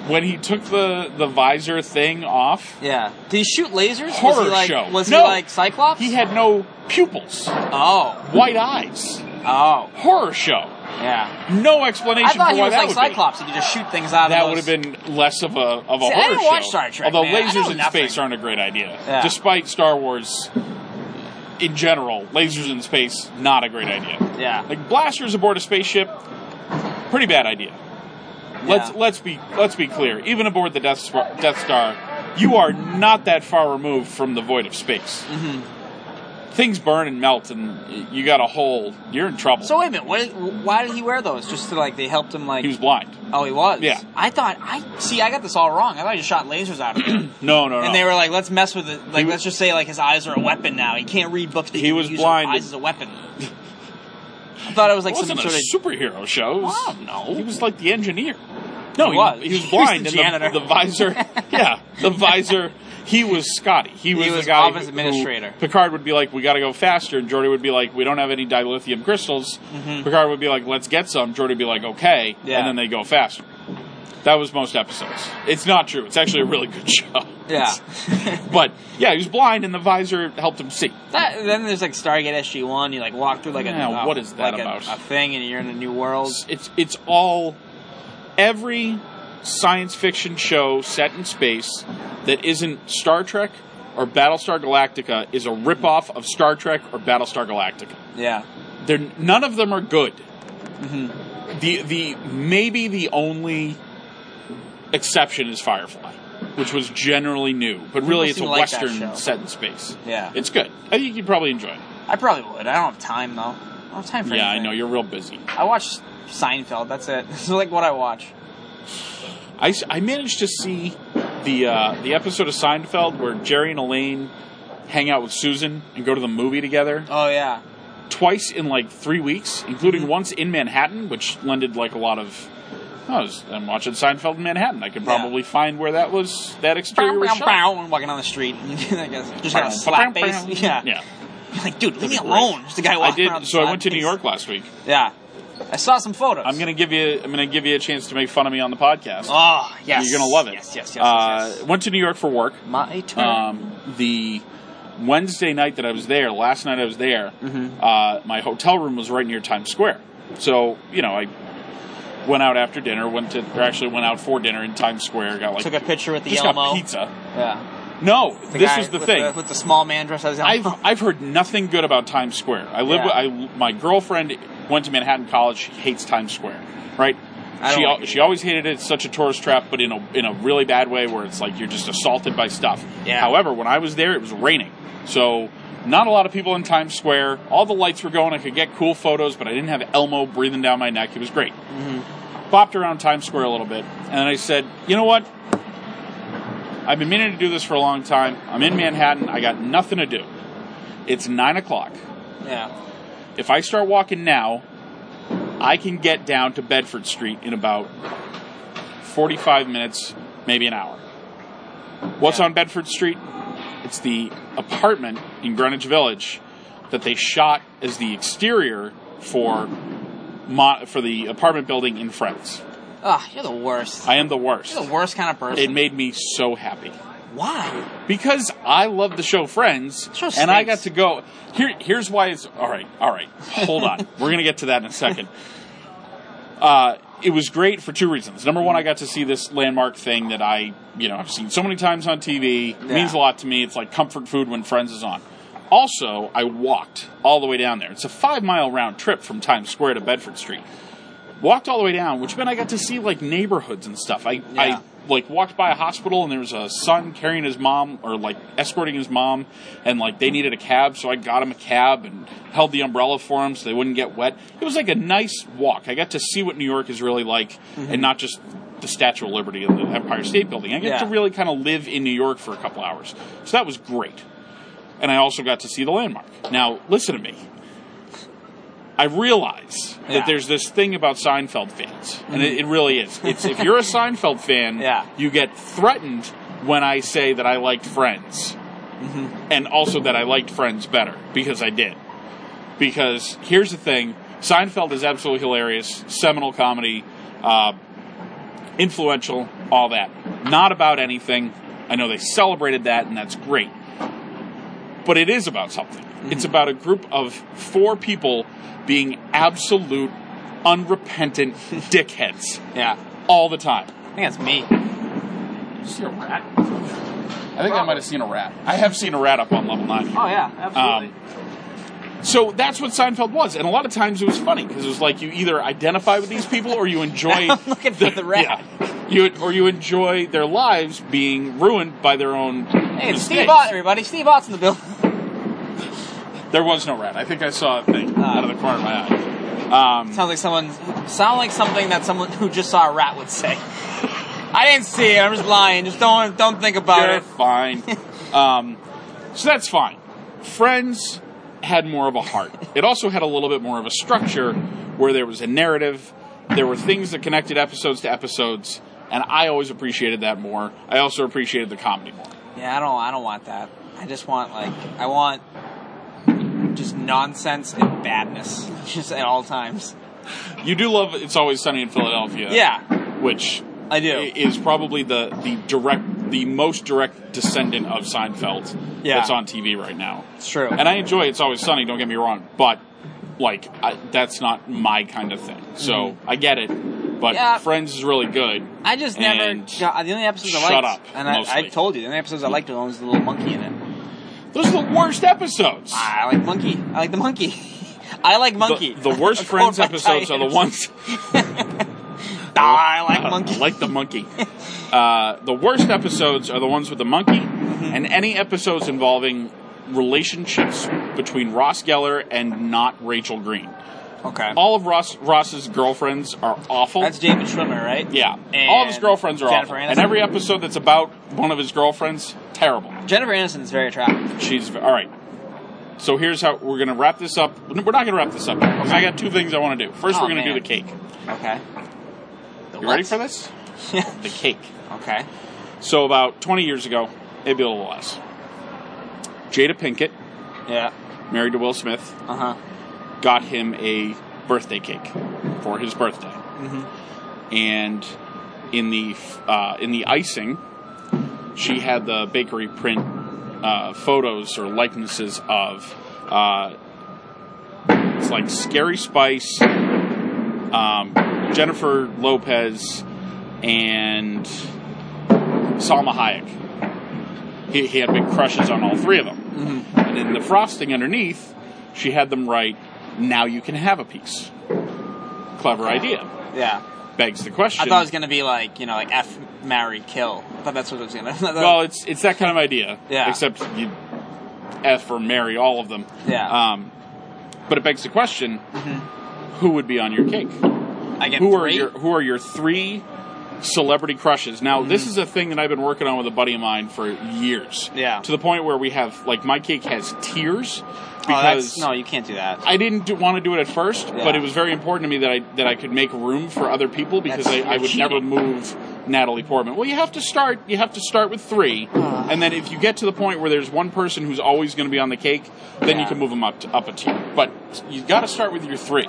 Speaker 1: When he took the the visor thing off,
Speaker 2: Yeah. Did he shoot lasers? was
Speaker 1: Horror
Speaker 2: he like,
Speaker 1: show.
Speaker 2: Was he
Speaker 1: No.
Speaker 2: like Cyclops?
Speaker 1: he had no pupils,
Speaker 2: oh.
Speaker 1: white eyes.
Speaker 2: Oh.
Speaker 1: Horror show.
Speaker 2: Yeah.
Speaker 1: No explanation
Speaker 2: I thought
Speaker 1: for
Speaker 2: he
Speaker 1: why
Speaker 2: was
Speaker 1: that
Speaker 2: like
Speaker 1: would
Speaker 2: Cyclops. He could just shoot things out
Speaker 1: be. That
Speaker 2: of
Speaker 1: would
Speaker 2: those-
Speaker 1: have been less of a of a
Speaker 2: See, I
Speaker 1: horror
Speaker 2: didn't watch
Speaker 1: show.
Speaker 2: Star Trek,
Speaker 1: Although
Speaker 2: man. I know
Speaker 1: lasers in
Speaker 2: nothing.
Speaker 1: space aren't a great idea,
Speaker 2: Yeah.
Speaker 1: despite Star Wars. In general, lasers in space not a great idea.
Speaker 2: Yeah.
Speaker 1: Like blasters aboard a spaceship, pretty bad idea. Let's
Speaker 2: Yeah.
Speaker 1: let's be let's be clear. Even aboard the Death Star, Death Star, you are not that far removed from the void of space.
Speaker 2: Mm-hmm.
Speaker 1: Things burn and melt, and you got a hole. You're in trouble.
Speaker 2: So wait a minute. What, why did he wear those? Just to like they helped him like.
Speaker 1: he was blind.
Speaker 2: oh, he was.
Speaker 1: Yeah.
Speaker 2: I thought I see. I got this all wrong. I thought he just shot lasers out of him.
Speaker 1: No, no, no.
Speaker 2: And they were like, let's mess with it. Like, let's just say like his eyes are a weapon now. He can't read books. But
Speaker 1: He
Speaker 2: can
Speaker 1: was
Speaker 2: use
Speaker 1: blind.
Speaker 2: His eyes as a weapon. I thought it was like
Speaker 1: it
Speaker 2: some
Speaker 1: wasn't
Speaker 2: sort
Speaker 1: a
Speaker 2: of.
Speaker 1: superhero show. It was-
Speaker 2: I don't know.
Speaker 1: He was like the engineer. No,
Speaker 2: He
Speaker 1: he,
Speaker 2: was.
Speaker 1: was.
Speaker 2: He was
Speaker 1: blind.
Speaker 2: the
Speaker 1: and
Speaker 2: janitor.
Speaker 1: the, the visor. Yeah, the visor. He was Scotty. He was,
Speaker 2: was
Speaker 1: the guy
Speaker 2: office
Speaker 1: who-
Speaker 2: administrator.
Speaker 1: who Picard would be like, "We got to go faster," and Jordy would be like, "We don't have any dilithium crystals." Picard would be like, "Let's get some." Jordy would be like, "Okay,"
Speaker 2: Mm-hmm. Yeah.
Speaker 1: and then they go faster. That was most episodes. It's not true. It's actually a really good show.
Speaker 2: yeah.
Speaker 1: But yeah, he was blind, and the visor helped him see.
Speaker 2: that, then there's like Stargate SG One. You like walk through like a
Speaker 1: Yeah,
Speaker 2: uh,
Speaker 1: what is that
Speaker 2: like a-
Speaker 1: about?
Speaker 2: A, thing, and you're in a new world.
Speaker 1: it's it's it's all every science fiction show set in space that isn't Star Trek or Battlestar Galactica is a ripoff of Star Trek or Battlestar Galactica.
Speaker 2: Yeah. Mm-hmm.
Speaker 1: They're, none of them are good. The the maybe the only exception is Firefly, which was generally new, but really it's a
Speaker 2: seem to like that show.
Speaker 1: Western set in space.
Speaker 2: Yeah.
Speaker 1: it's good. I think you'd probably enjoy it.
Speaker 2: I probably would. I don't have time though. I don't have time for
Speaker 1: Yeah, I
Speaker 2: anything.
Speaker 1: know you're real busy.
Speaker 2: I watch Seinfeld. That's it. It's like what I watch.
Speaker 1: I, s- I managed to see the uh, the episode of Seinfeld where Jerry and Elaine hang out with Susan and go to the movie together
Speaker 2: Oh yeah.
Speaker 1: twice in like three weeks,
Speaker 2: Mm-hmm.
Speaker 1: including once in Manhattan, which lended like a lot of. oh, I was, I'm watching Seinfeld in Manhattan. I could
Speaker 2: Yeah.
Speaker 1: probably find where that was that exterior
Speaker 2: Bow, bow,
Speaker 1: shot.
Speaker 2: bow, and walking down the street. I guess just got a slap face. Yeah.
Speaker 1: yeah.
Speaker 2: Like, dude, leave me
Speaker 1: That'd be
Speaker 2: alone. Just a guy
Speaker 1: I
Speaker 2: walking
Speaker 1: did.
Speaker 2: around. with a
Speaker 1: So I
Speaker 2: slap
Speaker 1: went to New
Speaker 2: face.
Speaker 1: York last week,
Speaker 2: Yeah. I saw some photos.
Speaker 1: I'm gonna give you. I'm gonna give you a chance to make fun of me on the podcast.
Speaker 2: Oh yes,
Speaker 1: You're gonna love it.
Speaker 2: Yes, yes, yes.
Speaker 1: Uh,
Speaker 2: yes, yes.
Speaker 1: Went to New York for work.
Speaker 2: My turn.
Speaker 1: Um, the Wednesday night that I was there, last night I was there,
Speaker 2: Mm-hmm.
Speaker 1: uh, my hotel room was right near Times Square. So you know, I went out after dinner. Went to or actually went out for dinner in Times Square. Got like
Speaker 2: Took a picture with the
Speaker 1: just
Speaker 2: Elmo.
Speaker 1: got pizza.
Speaker 2: Yeah.
Speaker 1: No,
Speaker 2: The
Speaker 1: this
Speaker 2: guy
Speaker 1: was the
Speaker 2: with
Speaker 1: thing.
Speaker 2: with the small man dressed as
Speaker 1: I've
Speaker 2: Elmo.
Speaker 1: I've heard nothing good about Times Square. I live.
Speaker 2: Yeah.
Speaker 1: With, I my girlfriend went to Manhattan College. She hates Times Square. Right.
Speaker 2: I don't
Speaker 1: she
Speaker 2: like it
Speaker 1: she
Speaker 2: either.
Speaker 1: always hated it. It's such a tourist trap, but in a in a really bad way where it's like you're just assaulted by stuff.
Speaker 2: Yeah.
Speaker 1: However, when I was there, it was raining, so not a lot of people in Times Square. All the lights were going. I could get cool photos, but I didn't have Elmo breathing down my neck. It was great.
Speaker 2: Mm-hmm.
Speaker 1: Bopped around Times Square a little bit, and then I said, you know what? I've been meaning to do this for a long time. I'm in Manhattan. I got nothing to do. It's nine o'clock.
Speaker 2: yeah.
Speaker 1: If I start walking now, I can get down to Bedford Street in about 45 minutes, maybe an hour. What's
Speaker 2: Yeah.
Speaker 1: on Bedford Street? It's the apartment in Greenwich Village that they shot as the exterior for mo- for the apartment building in Friends.
Speaker 2: Ah, you're the worst.
Speaker 1: I am the worst.
Speaker 2: you're the worst kind of
Speaker 1: It
Speaker 2: person.
Speaker 1: made me so happy
Speaker 2: Why?
Speaker 1: because I love the show Friends,
Speaker 2: show
Speaker 1: and I got
Speaker 2: stinks.
Speaker 1: to go. Here, here's why it's all right. All right, hold on. We're gonna get to that in a second. Uh, it was great for two reasons. Number one, I got to see this landmark thing that I, you know, I've seen so many times on TV. It
Speaker 2: Yeah.
Speaker 1: means a lot to me. It's like comfort food when Friends is on. Also, I walked all the way down there. It's a five mile round trip from Times Square to Bedford Street. Walked all the way down, which meant I got to see like neighborhoods and stuff. I,
Speaker 2: Yeah.
Speaker 1: I like walked by a hospital and there was a son carrying his mom or like escorting his mom and like they needed a cab so i got him a cab and held the umbrella for him so they wouldn't get wet it was like a nice walk i got to see what new york is really like and not just the statue of liberty and the empire state building i get to
Speaker 2: Yeah.
Speaker 1: really kind of live in new york for a couple hours so that was great and i also got to see the landmark now listen to me I realize
Speaker 2: Yeah. Mm-hmm.
Speaker 1: that there's this thing about Seinfeld fans, and it, it really is. It's if you're a Seinfeld fan,
Speaker 2: Yeah.
Speaker 1: you get threatened when I say that I liked Friends, and also that I liked Friends better because I did. Because here's the thing: Seinfeld is absolutely hilarious, seminal comedy, uh, influential, all that. Not about anything. I know they celebrated that, and that's great but it is about something. It's about a group of four people being absolute, unrepentant dickheads
Speaker 2: Yeah.
Speaker 1: all the time.
Speaker 2: I think that's me.
Speaker 1: See a rat? I think I might have seen a rat. I have seen a rat up on level nine.
Speaker 2: Oh yeah, absolutely.
Speaker 1: Um, So that's what Seinfeld was, and a lot of times it was funny because it was like you either identify with these people or you enjoy.
Speaker 2: I'm looking for the rat.
Speaker 1: Yeah, you or you enjoy their lives being ruined by their own.
Speaker 2: hey, it's Steve
Speaker 1: mistakes.
Speaker 2: Ott, everybody. Steve Ott's in the building.
Speaker 1: There was no rat. I think I saw a thing
Speaker 2: Ah.
Speaker 1: out of the corner of my eye. Um,
Speaker 2: Sounds like someone. Sound like something that someone who just saw a rat would say. I didn't see it. I'm just lying. Just don't don't think about
Speaker 1: You're
Speaker 2: it.
Speaker 1: fine. um, so that's fine. Friends had more of a heart. It also had a little bit more of a structure where there was a narrative, there were things that connected episodes to episodes, and I always appreciated that more. I also appreciated the comedy more.
Speaker 2: Yeah, I don't. I don't want that. I just want like I want just nonsense and badness, just at all times.
Speaker 1: You do love It's Always Sunny in Philadelphia.
Speaker 2: Yeah,
Speaker 1: Which
Speaker 2: I do.
Speaker 1: i- is probably the, the direct the most direct descendant of Seinfeld
Speaker 2: Yeah.
Speaker 1: that's on TV right now.
Speaker 2: it's true.
Speaker 1: and I enjoy It's Always Sunny. Don't get me wrong, but like I, that's not my kind of thing. So
Speaker 2: Mm-hmm.
Speaker 1: I get it, but
Speaker 2: Yeah.
Speaker 1: Friends is really good.
Speaker 2: I just never.
Speaker 1: And
Speaker 2: Got, the only episodes I
Speaker 1: shut
Speaker 2: liked,
Speaker 1: up,
Speaker 2: and I, I
Speaker 1: mostly.
Speaker 2: told you, the only episodes I liked were the ones with the little monkey in it.
Speaker 1: Those are the worst episodes.
Speaker 2: I like monkey. I like the monkey. I like Ah, monkey.
Speaker 1: The, the worst
Speaker 2: Go
Speaker 1: Friends
Speaker 2: back
Speaker 1: episodes
Speaker 2: to
Speaker 1: are the
Speaker 2: it.
Speaker 1: ones.
Speaker 2: Ah, I like
Speaker 1: I
Speaker 2: monkey.
Speaker 1: like the monkey. Uh, the worst episodes are the ones with the monkey,
Speaker 2: Mm-hmm.
Speaker 1: and any episodes involving relationships between Ross Geller and not Rachel Green.
Speaker 2: okay.
Speaker 1: All of Ross Ross's girlfriends are awful.
Speaker 2: That's David Schwimmer, right?
Speaker 1: Yeah.
Speaker 2: And
Speaker 1: All of his girlfriends are
Speaker 2: Jennifer
Speaker 1: awful.
Speaker 2: Aniston.
Speaker 1: And every episode that's about one of his girlfriends, terrible.
Speaker 2: Jennifer Aniston is very attractive.
Speaker 1: She's all right. So here's how we're going to wrap this up. We're not going to wrap this up. because I got two things I want to do. First,
Speaker 2: Oh,
Speaker 1: we're going to do
Speaker 2: man.
Speaker 1: the cake.
Speaker 2: Okay.
Speaker 1: You ready for this? The cake.
Speaker 2: okay.
Speaker 1: So about 20 years ago, maybe a little less. Jada Pinkett,
Speaker 2: Yeah. Uh-huh.
Speaker 1: married to Will Smith,
Speaker 2: Uh huh.
Speaker 1: got him a birthday cake for his birthday. And in the uh, in the icing, she had the bakery print uh, photos or likenesses of uh, it's like Scary Spice, um, Jennifer Lopez, and Salma Hayek. He, he had big crushes on all three of them. And in the frosting underneath, she had them write, Now you can have a piece. Clever idea.
Speaker 2: Yeah.
Speaker 1: Begs the question.
Speaker 2: I thought it was gonna be like you know like F marry kill. I thought that's what it was gonna.
Speaker 1: well, it's it's that kind of idea.
Speaker 2: Yeah.
Speaker 1: Except you F or marry all of them.
Speaker 2: Yeah.
Speaker 1: Um, but it begs the question: Who would be on your cake?
Speaker 2: I get
Speaker 1: Who are
Speaker 2: Mm-hmm. three?
Speaker 1: your Who are your three celebrity crushes? Now,
Speaker 2: Mm-hmm.
Speaker 1: this is a thing that I've been working on with a buddy of mine for years.
Speaker 2: Yeah.
Speaker 1: To the point where we have like my cake has tears because
Speaker 2: Oh, that's, no, you can't do that.
Speaker 1: I didn't do, want to do it at first,
Speaker 2: Yeah.
Speaker 1: but it was very important to me that I that I could make room for other people because I,
Speaker 2: That's-
Speaker 1: I
Speaker 2: you're
Speaker 1: would
Speaker 2: cheating.
Speaker 1: never move Natalie Portman. Well, you have to start. You have to start with three,
Speaker 2: Ugh.
Speaker 1: and then if you get to the point where there's one person who's always going to be on the cake, then you
Speaker 2: Yeah.
Speaker 1: can move them up to, up a tier. But you got to start with your three.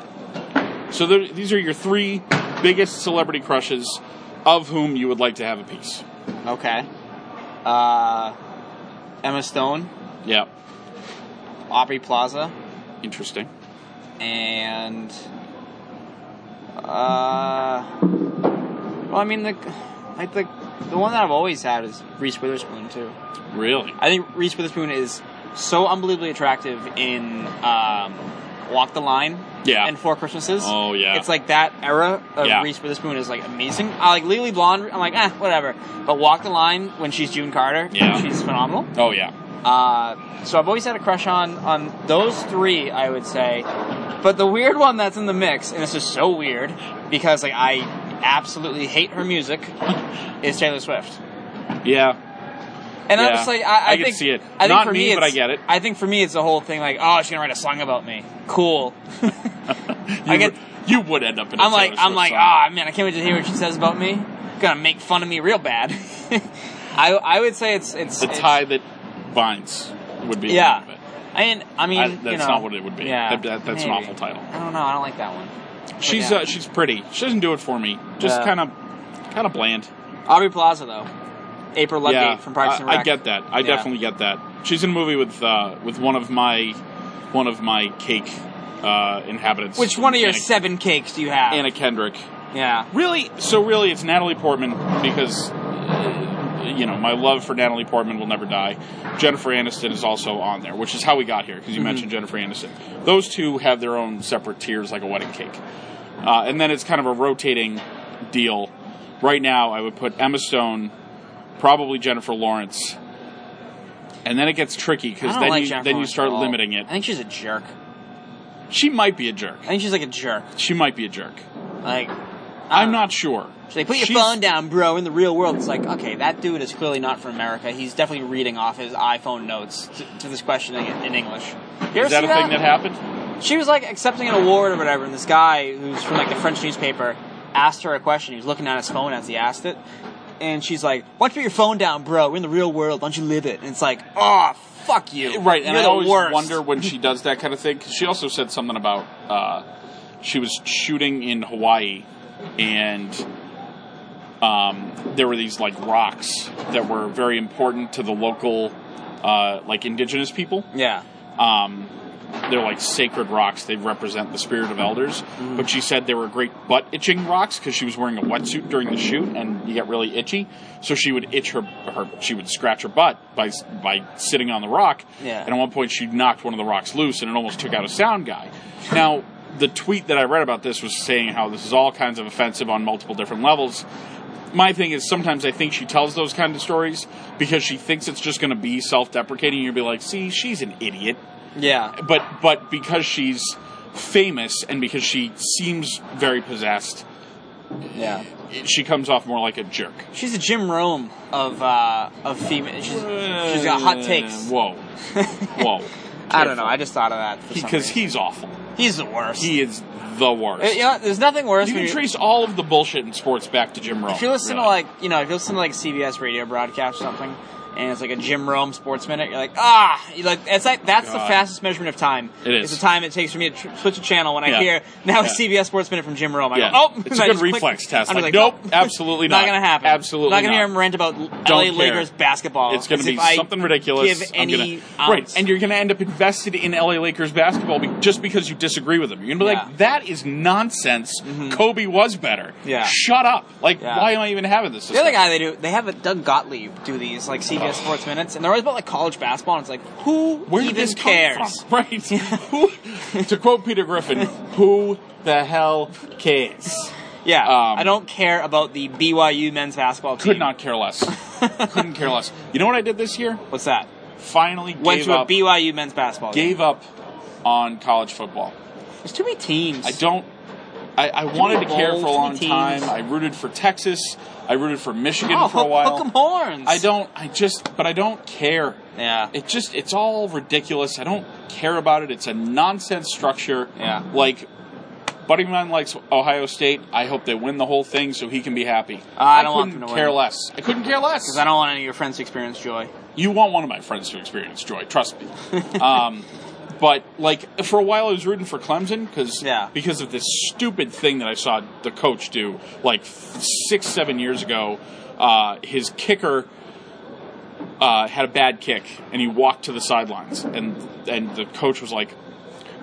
Speaker 1: So there, these are your three biggest celebrity crushes, of whom you would like to have a piece.
Speaker 2: Okay. Uh, Emma Stone,
Speaker 1: Yeah,
Speaker 2: Aubrey Plaza,
Speaker 1: interesting.
Speaker 2: and uh, well, I mean the like the the one that I've always had is Reese Witherspoon too.
Speaker 1: Really?
Speaker 2: I think Reese Witherspoon is so unbelievably attractive in um, Walk the Line.
Speaker 1: Yeah.
Speaker 2: And Four Christmases.
Speaker 1: Oh, yeah.
Speaker 2: It's like that era of
Speaker 1: Yeah.
Speaker 2: Reese Witherspoon is like amazing. I like Lily Blonde. I'm like, eh, whatever. But Walk the Line when she's June Carter,
Speaker 1: Yeah.
Speaker 2: she's phenomenal.
Speaker 1: Oh yeah.
Speaker 2: Uh, so I've always had a crush on on those three, I would say. But the weird one that's in the mix, and this is so weird because like I absolutely hate her music, is Taylor Swift.
Speaker 1: Yeah.
Speaker 2: And
Speaker 1: Yeah,
Speaker 2: I'm just like, I, I,
Speaker 1: I can
Speaker 2: think,
Speaker 1: see it.
Speaker 2: I think
Speaker 1: Not
Speaker 2: for
Speaker 1: me,
Speaker 2: me,
Speaker 1: but I
Speaker 2: it's-
Speaker 1: get it.
Speaker 2: I think for me, it's the whole thing like, oh, she's gonna write a song about me. Cool.
Speaker 1: You
Speaker 2: I get-
Speaker 1: would- you would end up in. a
Speaker 2: I'm like,
Speaker 1: Taylor
Speaker 2: I'm
Speaker 1: Swift
Speaker 2: like,
Speaker 1: song.
Speaker 2: ah, man, I can't wait to hear what she says about me. Gonna make fun of me real bad. I, I would say it's it's
Speaker 1: the
Speaker 2: it's-
Speaker 1: tie that binds would be
Speaker 2: Yeah.
Speaker 1: the name of it.
Speaker 2: I mean, I mean,
Speaker 1: I-
Speaker 2: you
Speaker 1: that's
Speaker 2: know,
Speaker 1: not what it would be.
Speaker 2: Yeah,
Speaker 1: That- that- that's an
Speaker 2: maybe.
Speaker 1: awful title.
Speaker 2: I don't know. I don't like that one. But
Speaker 1: She's
Speaker 2: yeah.
Speaker 1: uh, she's pretty. She doesn't do it for me. Just
Speaker 2: Yeah.
Speaker 1: kind of kind of bland.
Speaker 2: Aubrey Plaza though. April Ludgate
Speaker 1: yeah,
Speaker 2: from Parks
Speaker 1: I,
Speaker 2: and Rec.
Speaker 1: I get that. I
Speaker 2: Yeah.
Speaker 1: definitely get that. She's in a movie with uh, with one of my one of my cake uh, inhabitants.
Speaker 2: Which one of your
Speaker 1: Anna,
Speaker 2: seven cakes do you have?
Speaker 1: Anna Kendrick?
Speaker 2: Yeah.
Speaker 1: Really? So really, it's Natalie Portman because. uh, You know, my love for Natalie Portman will never die. Jennifer Aniston is also on there, which is how we got here because you
Speaker 2: Mm-hmm.
Speaker 1: mentioned Jennifer Aniston. Those two have their own separate tiers, like a wedding cake, uh, and then it's kind of a rotating deal. Right now, I would put Emma Stone, probably Jennifer Lawrence, and then it gets tricky
Speaker 2: I
Speaker 1: because
Speaker 2: don't
Speaker 1: then
Speaker 2: like
Speaker 1: you
Speaker 2: Jennifer
Speaker 1: then you
Speaker 2: Lawrence
Speaker 1: start
Speaker 2: at all.
Speaker 1: limiting
Speaker 2: I
Speaker 1: it.
Speaker 2: think she's a jerk.
Speaker 1: She might be a jerk.
Speaker 2: I think she's like a jerk.
Speaker 1: She might be a jerk.
Speaker 2: Like, I
Speaker 1: I'm
Speaker 2: don't know.
Speaker 1: not sure.
Speaker 2: She's like, Uh, put your
Speaker 1: She's-
Speaker 2: phone down, bro. In the real world, it's like, okay, that dude is clearly not from America. He's definitely reading off his iPhone notes to, to this questioning in, in English. You ever
Speaker 1: Is that a
Speaker 2: seen
Speaker 1: thing that happened?
Speaker 2: She was like accepting an award or whatever, and this guy who's from like the French newspaper asked her a question. He was looking at his phone as he asked it, and she's like, "Why don't you put your phone down, bro? We're in the real world. Why don't you live it?" And it's like, "Oh, fuck you."
Speaker 1: Eh, Right, and
Speaker 2: You're
Speaker 1: I
Speaker 2: the
Speaker 1: always
Speaker 2: worst."
Speaker 1: wonder when she does that kind of thing. 'cause she also said something about uh, she was shooting in Hawaii, and um, there were these like rocks that were very important to the local, uh, like indigenous people.
Speaker 2: Yeah.
Speaker 1: Um, they're like sacred rocks; they represent the spirit of elders. But she said they were great butt itching rocks because she was wearing a wetsuit during the shoot, and you get really itchy. So she would itch her, her she would scratch her butt by s- by sitting on the rock.
Speaker 2: Yeah.
Speaker 1: And at one point, she knocked one of the rocks loose, and it almost took out a sound guy. Now, the tweet that I read about this was saying how this is all kinds of offensive on multiple different levels. My thing is sometimes I think she tells those kind of stories because she thinks it's just going to be self-deprecating. You'll be like, "See, she's an idiot."
Speaker 2: Yeah.
Speaker 1: but but because she's famous and because she seems very possessed,
Speaker 2: Yeah.
Speaker 1: it- she comes off more like a jerk.
Speaker 2: She's a Jim Rome of uh, of female. She's, she's got hot takes.
Speaker 1: Uh, Whoa, whoa!
Speaker 2: I don't know. I just thought of that for some
Speaker 1: Because
Speaker 2: reason.
Speaker 1: he's awful.
Speaker 2: he's the worst.
Speaker 1: He is the worst.
Speaker 2: Uh, you know, there's nothing worse.
Speaker 1: you
Speaker 2: when
Speaker 1: can
Speaker 2: you're-
Speaker 1: trace all of the bullshit in sports back to Jim Rome.
Speaker 2: If you listen
Speaker 1: really.
Speaker 2: to like you know, if you listen to like CBS radio broadcast or something, and it's like a Jim Rome Sports Minute. You're like, ah, you like it's like that's the
Speaker 1: God.
Speaker 2: fastest measurement of time.
Speaker 1: It is.
Speaker 2: It's the time it takes for me to tr- switch a channel when I
Speaker 1: Yeah.
Speaker 2: hear now it's
Speaker 1: Yeah.
Speaker 2: CBS Sports Minute from Jim Rome. I
Speaker 1: Yeah.
Speaker 2: go, oh,
Speaker 1: It's a
Speaker 2: I
Speaker 1: good
Speaker 2: just click.
Speaker 1: reflex test.
Speaker 2: I'm
Speaker 1: Like,
Speaker 2: just
Speaker 1: nope, absolutely not.
Speaker 2: gonna happen.
Speaker 1: Absolutely
Speaker 2: not gonna
Speaker 1: not.
Speaker 2: hear him rant about LA
Speaker 1: care.
Speaker 2: Lakers basketball.
Speaker 1: It's going
Speaker 2: as
Speaker 1: to be
Speaker 2: if I
Speaker 1: something ridiculous.
Speaker 2: Give
Speaker 1: I'm
Speaker 2: any
Speaker 1: gonna-
Speaker 2: um,
Speaker 1: right, and you're going to end up invested in LA Lakers basketball be, just because you disagree with them. You're going to be
Speaker 2: Yeah. Mm-hmm.
Speaker 1: like, "That is nonsense. Kobe was better.
Speaker 2: Yeah.
Speaker 1: shut up. Like,
Speaker 2: Yeah.
Speaker 1: why am I even having this?"
Speaker 2: The other
Speaker 1: discussion?
Speaker 2: guy they do, they have a Doug Gottlieb do these like CBS Sports Minutes, and they're always about like college basketball. And it's like, who
Speaker 1: Where
Speaker 2: even
Speaker 1: did this
Speaker 2: cares?
Speaker 1: Come from? Right. Who, to quote Peter Griffin, "Who the hell cares?"
Speaker 2: Yeah,
Speaker 1: Um,
Speaker 2: I don't care about the BYU men's basketball team.
Speaker 1: Could not care less. Couldn't care less. You know what I did this year?
Speaker 2: What's that?
Speaker 1: Finally,
Speaker 2: Went
Speaker 1: gave
Speaker 2: to
Speaker 1: up.
Speaker 2: a BYU men's basketball. game.
Speaker 1: gave up on college football.
Speaker 2: There's too many teams.
Speaker 1: I don't. I, I wanted to care for a
Speaker 2: bowls,
Speaker 1: long
Speaker 2: teams.
Speaker 1: time. I rooted for Texas. I rooted for Michigan
Speaker 2: oh,
Speaker 1: for a
Speaker 2: hook-
Speaker 1: while.
Speaker 2: hook 'em horns.
Speaker 1: I don't. I just. But I don't care.
Speaker 2: Yeah.
Speaker 1: It just. It's all ridiculous. I don't care about it. It's a nonsense structure.
Speaker 2: Yeah.
Speaker 1: Like, Buddy Mine likes Ohio State. I hope they win the whole thing so he can be happy.
Speaker 2: I don't want
Speaker 1: couldn't
Speaker 2: them to
Speaker 1: care
Speaker 2: win.
Speaker 1: less. I couldn't care less.
Speaker 2: Because I don't want any of your friends to experience joy.
Speaker 1: You want one of my friends to experience joy, trust me. um, but like for a while, I was rooting for Clemson because
Speaker 2: Yeah.
Speaker 1: because of this stupid thing that I saw the coach do like f- six seven years ago. Uh, his kicker uh, had a bad kick and he walked to the sidelines and and the coach was like,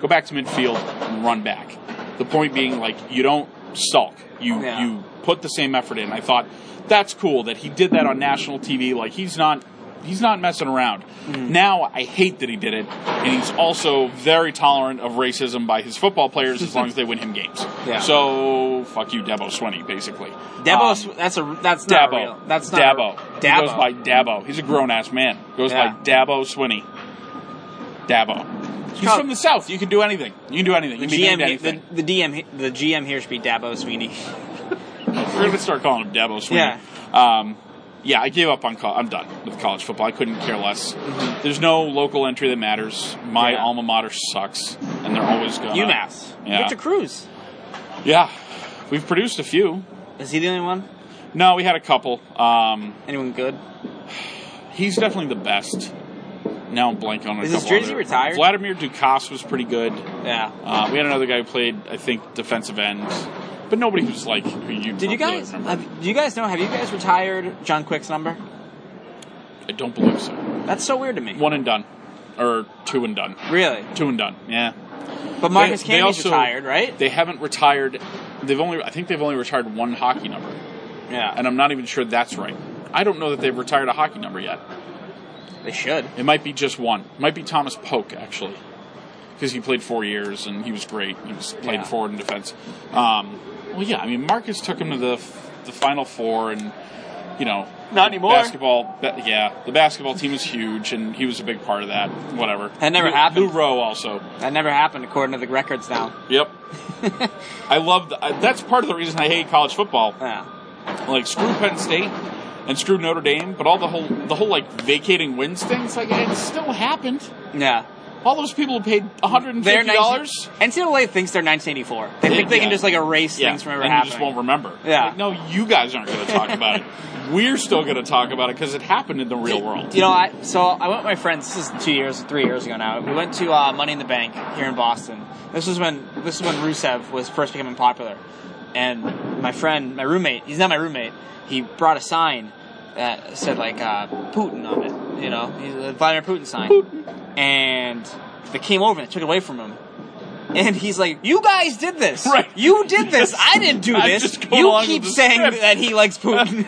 Speaker 1: "Go back to midfield and run back." The point being like you don't sulk. You
Speaker 2: Yeah.
Speaker 1: you put the same effort in. I thought that's cool that he did that on national TV. Like he's not he's not messing around.
Speaker 2: Mm.
Speaker 1: Now I hate that he did it, and he's also very tolerant of racism by his football players as long as they win him games.
Speaker 2: Yeah.
Speaker 1: So fuck you, Debo Swinney, basically.
Speaker 2: Debo's.
Speaker 1: Um,
Speaker 2: that's a. That's not real.
Speaker 1: Dabo.
Speaker 2: That's not
Speaker 1: Dabo.
Speaker 2: Real.
Speaker 1: He goes
Speaker 2: Dabo.
Speaker 1: by Dabo. He's a grown ass man. Goes
Speaker 2: Yeah.
Speaker 1: by Dabo Swinney. Dabo. He's
Speaker 2: Col-
Speaker 1: from the south. You can do anything. You can do anything. You can be named
Speaker 2: GM,
Speaker 1: anything.
Speaker 2: the, the DM, he- the GM here should be Dabo Sweeney.
Speaker 1: We're gonna start calling him Dabo Sweeney.
Speaker 2: Yeah.
Speaker 1: Um, yeah, I gave up on. Col- I'm done with college football. I couldn't care less. There's no local entry that matters. My
Speaker 2: Mm-hmm. Yeah.
Speaker 1: alma mater sucks, and they're always gonna.
Speaker 2: UMass.
Speaker 1: Uh-huh. Yeah.
Speaker 2: Victor Cruz.
Speaker 1: Yeah, we've produced a few.
Speaker 2: Is he the only one?
Speaker 1: No, we had a couple. Um,
Speaker 2: Anyone good?
Speaker 1: he's definitely the best. Now I'm blank on a
Speaker 2: Is his
Speaker 1: couple
Speaker 2: jersey
Speaker 1: other-
Speaker 2: retired?
Speaker 1: Vladimir Dukas was pretty good.
Speaker 2: Yeah.
Speaker 1: Uh, we had another guy who played, I think, defensive end, but nobody who's like who you.
Speaker 2: Did you
Speaker 1: really
Speaker 2: guys?
Speaker 1: remember.
Speaker 2: Have, do you guys know? Have you guys retired John Quick's number?
Speaker 1: I don't believe so.
Speaker 2: That's so weird to me.
Speaker 1: One and done, or two and done.
Speaker 2: Really?
Speaker 1: Two and done. Yeah.
Speaker 2: But Marcus
Speaker 1: They- they
Speaker 2: Camby's
Speaker 1: also-
Speaker 2: retired, right?
Speaker 1: They haven't retired. They've only. I think they've only retired one hockey number,
Speaker 2: yeah.
Speaker 1: and I'm not even sure that's right. I don't know that they've retired a hockey number yet.
Speaker 2: they should.
Speaker 1: It might be just one. It might be Thomas Polk actually, because he played four years and he was great. He was played
Speaker 2: Yeah.
Speaker 1: forward and defense. Um, well, yeah. I mean, Marcus took him to the the Final Four, and you know,
Speaker 2: Not anymore.
Speaker 1: Basketball. ba- Yeah, the basketball team is huge, and he was a big part of that. Whatever.
Speaker 2: That never
Speaker 1: Lou,
Speaker 2: happened.
Speaker 1: Lou Rowe also.
Speaker 2: That never happened, according to the records now.
Speaker 1: Yep. I love the, I, that's part of the reason I hate college football.
Speaker 2: Yeah.
Speaker 1: Like screw Penn State and screw Notre Dame, but all the whole the whole like vacating wins thing. It's like it still happened.
Speaker 2: Yeah.
Speaker 1: All those people who paid one hundred and fifty dollars.
Speaker 2: NCAA thinks they're 1984. They think they
Speaker 1: Yeah.
Speaker 2: can just like erase things from ever
Speaker 1: and you
Speaker 2: happening.
Speaker 1: just won't remember.
Speaker 2: Yeah.
Speaker 1: Like, no, you guys aren't going to talk about it. We're still going to talk about it because it happened in the real world.
Speaker 2: You know, I so I went with my friends. This is two years, three years ago now. We went to uh, Money in the Bank here in Boston. This was when this is when Rusev was first becoming popular, and my friend, my roommate, he's not my roommate. He brought a sign that said like uh, Putin on it. You know, he's a Vladimir Putin sign. And they came over and they took it away from him. And he's like, "You guys did this.
Speaker 1: Right.
Speaker 2: You did this. I didn't do
Speaker 1: I'm
Speaker 2: this.
Speaker 1: just going
Speaker 2: You
Speaker 1: along
Speaker 2: keep
Speaker 1: with the
Speaker 2: saying
Speaker 1: script."
Speaker 2: that he likes Putin."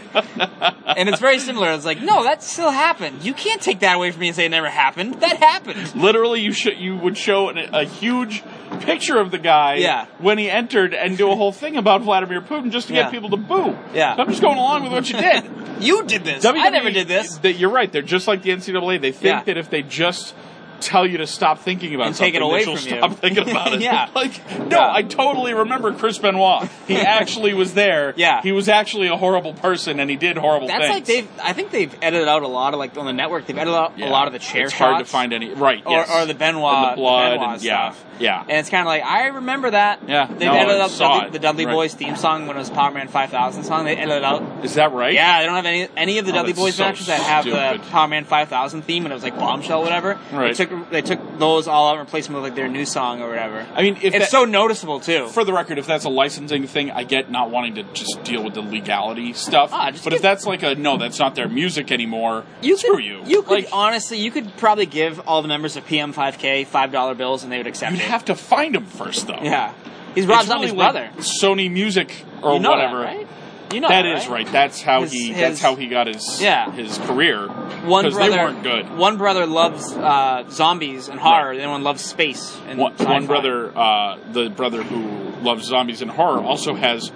Speaker 2: and it's very similar. It's like, no, that still happened. You can't take that away from me and say it never happened. That happened.
Speaker 1: Literally, you should you would show an, a huge picture of the guy
Speaker 2: Yeah.
Speaker 1: when he entered and do a whole thing about Vladimir Putin just to
Speaker 2: Yeah.
Speaker 1: get people to boo.
Speaker 2: Yeah.
Speaker 1: So I'm just going along with what you did.
Speaker 2: You did this. I
Speaker 1: WWE
Speaker 2: never did this.
Speaker 1: That you're right. They're just like the NCAA. They think
Speaker 2: Yeah.
Speaker 1: that if they just tell you to stop thinking about
Speaker 2: And
Speaker 1: something
Speaker 2: take it away
Speaker 1: that you'll
Speaker 2: from you.
Speaker 1: stop thinking about it.
Speaker 2: Yeah.
Speaker 1: Like, no,
Speaker 2: Yeah.
Speaker 1: I totally remember Chris Benoit. He actually was there.
Speaker 2: Yeah.
Speaker 1: He was actually a horrible person and he did horrible
Speaker 2: That's
Speaker 1: things.
Speaker 2: like they've. I think they've edited out a lot of like on the network. They've edited out
Speaker 1: Yeah.
Speaker 2: a lot of the chair
Speaker 1: It's
Speaker 2: shots.
Speaker 1: hard to find any. Right.
Speaker 2: or,
Speaker 1: yes.
Speaker 2: or the Benoit,
Speaker 1: And the blood.
Speaker 2: the Benoit
Speaker 1: and, yeah.
Speaker 2: stuff.
Speaker 1: Yeah.
Speaker 2: And it's kind of like I remember that.
Speaker 1: Yeah,
Speaker 2: they
Speaker 1: no,
Speaker 2: edited
Speaker 1: I
Speaker 2: out
Speaker 1: saw
Speaker 2: Dudley,
Speaker 1: it.
Speaker 2: the Dudley
Speaker 1: Right.
Speaker 2: Boys theme song when it was Power Man 5000 song. They edited out.
Speaker 1: Is that right?
Speaker 2: Yeah, they don't have any any of the
Speaker 1: Oh,
Speaker 2: Dudley
Speaker 1: that's
Speaker 2: Boys
Speaker 1: so
Speaker 2: matches that have the
Speaker 1: stupid.
Speaker 2: Power Man 5000 theme, and it was like bombshell, or whatever.
Speaker 1: Right.
Speaker 2: They took they took those all out and replaced them with like their new song or whatever.
Speaker 1: I mean, if
Speaker 2: it's
Speaker 1: that-
Speaker 2: so noticeable too.
Speaker 1: for the record, if that's a licensing thing, I get not wanting to just deal with the legality stuff.
Speaker 2: Ah, just
Speaker 1: but
Speaker 2: give-
Speaker 1: if that's like a no, that's not their music anymore.
Speaker 2: you
Speaker 1: screw
Speaker 2: could,
Speaker 1: you.
Speaker 2: could
Speaker 1: like,
Speaker 2: honestly, you could probably give all the members of PM5K five dollar bills, and they would accept
Speaker 1: you'd
Speaker 2: it.
Speaker 1: have to find them first, though.
Speaker 2: yeah, he's
Speaker 1: It's
Speaker 2: Rob Zombie's
Speaker 1: really like
Speaker 2: brother.
Speaker 1: Sony Music or
Speaker 2: you know
Speaker 1: whatever.
Speaker 2: that, right? You know
Speaker 1: That
Speaker 2: that,
Speaker 1: is right. That's how
Speaker 2: His-
Speaker 1: he.
Speaker 2: his-
Speaker 1: that's how he got his.
Speaker 2: Yeah.
Speaker 1: His career.
Speaker 2: One
Speaker 1: because they
Speaker 2: brother,
Speaker 1: weren't good.
Speaker 2: One brother loves uh, zombies and horror.
Speaker 1: Right.
Speaker 2: The other one loves space and
Speaker 1: one, one
Speaker 2: sci-fi.
Speaker 1: brother, uh, the brother who loves zombies and horror, also has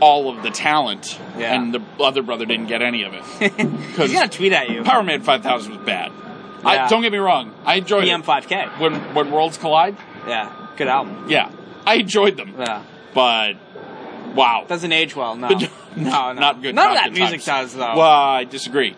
Speaker 1: all of the talent,
Speaker 2: Yeah.
Speaker 1: and the other brother didn't get any of it.
Speaker 2: He's gonna tweet at you.
Speaker 1: Power Man 5000 was bad.
Speaker 2: Yeah.
Speaker 1: I, don't get me wrong, I enjoyed it.
Speaker 2: PM5K.
Speaker 1: When when worlds collide,
Speaker 2: Yeah, good album.
Speaker 1: yeah, I enjoyed them,
Speaker 2: Yeah,
Speaker 1: but wow,
Speaker 2: doesn't age well. No,
Speaker 1: But-
Speaker 2: no, no,
Speaker 1: not good.
Speaker 2: None
Speaker 1: not
Speaker 2: of that
Speaker 1: good
Speaker 2: music
Speaker 1: times.
Speaker 2: does though.
Speaker 1: Well, I disagree.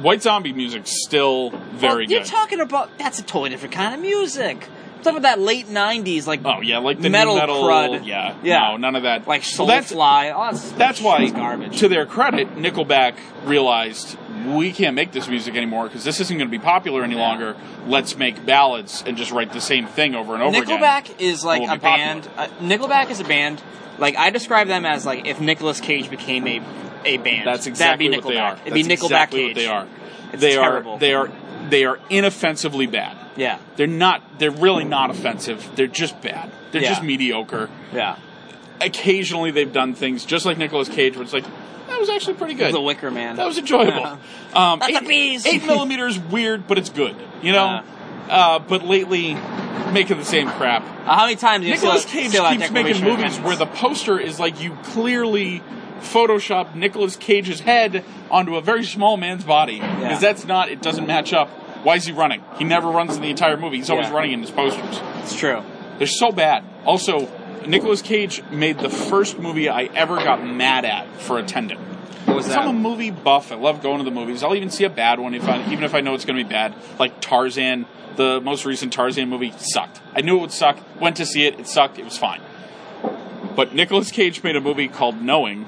Speaker 1: White Zombie music's still
Speaker 2: Well,
Speaker 1: very
Speaker 2: You're
Speaker 1: good.
Speaker 2: talking about that's a totally different kind of music. I'm talking about that late '90s, like
Speaker 1: oh yeah, like the new
Speaker 2: metal
Speaker 1: metal
Speaker 2: crud.
Speaker 1: Yeah,
Speaker 2: Yeah.
Speaker 1: no, none of that.
Speaker 2: like
Speaker 1: Well, that's
Speaker 2: Soulfly. all that stuff
Speaker 1: That's why,
Speaker 2: is garbage.
Speaker 1: to their credit, Nickelback realized we can't make this music anymore because this isn't going to be popular any longer. Let's make ballads and just write the same thing over and over again.
Speaker 2: Nickelback is like
Speaker 1: It
Speaker 2: a
Speaker 1: won't be popular.
Speaker 2: band. Uh, Nickelback is a band. Like I describe them as like if Nicolas Cage became a a band.
Speaker 1: That's exactly
Speaker 2: That'd be
Speaker 1: what they
Speaker 2: Nickelback.
Speaker 1: are. That's
Speaker 2: It'd be Nickelback
Speaker 1: exactly
Speaker 2: Cage.
Speaker 1: what they are.
Speaker 2: It's
Speaker 1: they
Speaker 2: terrible.
Speaker 1: are. They are. They are inoffensively bad.
Speaker 2: Yeah,
Speaker 1: They're not. They're really not offensive. They're just bad. They're
Speaker 2: Yeah.
Speaker 1: just mediocre.
Speaker 2: yeah.
Speaker 1: Occasionally, they've done things just like Nicolas Cage, where it's like that was actually pretty good.
Speaker 2: The Wicker Man.
Speaker 1: That was enjoyable. Um,
Speaker 2: Not the
Speaker 1: eight,
Speaker 2: bees.
Speaker 1: eight millimeters, weird, but it's good. You know.
Speaker 2: Uh.
Speaker 1: Uh, but lately, making the same crap.
Speaker 2: Uh, how many times do you
Speaker 1: Nicolas
Speaker 2: see
Speaker 1: Cage
Speaker 2: see that
Speaker 1: keeps making
Speaker 2: Declaration of
Speaker 1: movies where
Speaker 2: Independence?
Speaker 1: the poster is like you clearly photoshopped Nicolas Cage's head onto a very small man's body because
Speaker 2: Yeah.
Speaker 1: that's not. It doesn't match up. Why is he running? He never runs in the entire movie. He's always
Speaker 2: Yeah.
Speaker 1: running in his posters.
Speaker 2: It's true.
Speaker 1: They're so bad. Also, Nicolas Cage made the first movie I ever got mad at for attending.
Speaker 2: What was
Speaker 1: I'm a
Speaker 2: that?
Speaker 1: movie buff. I love going to the movies. I'll even see a bad one if I, even if I know it's going to be bad. Like Tarzan, the most recent Tarzan movie sucked. I knew it would suck. Went to see it. It sucked. It was fine. But Nicolas Cage made a movie called Knowing,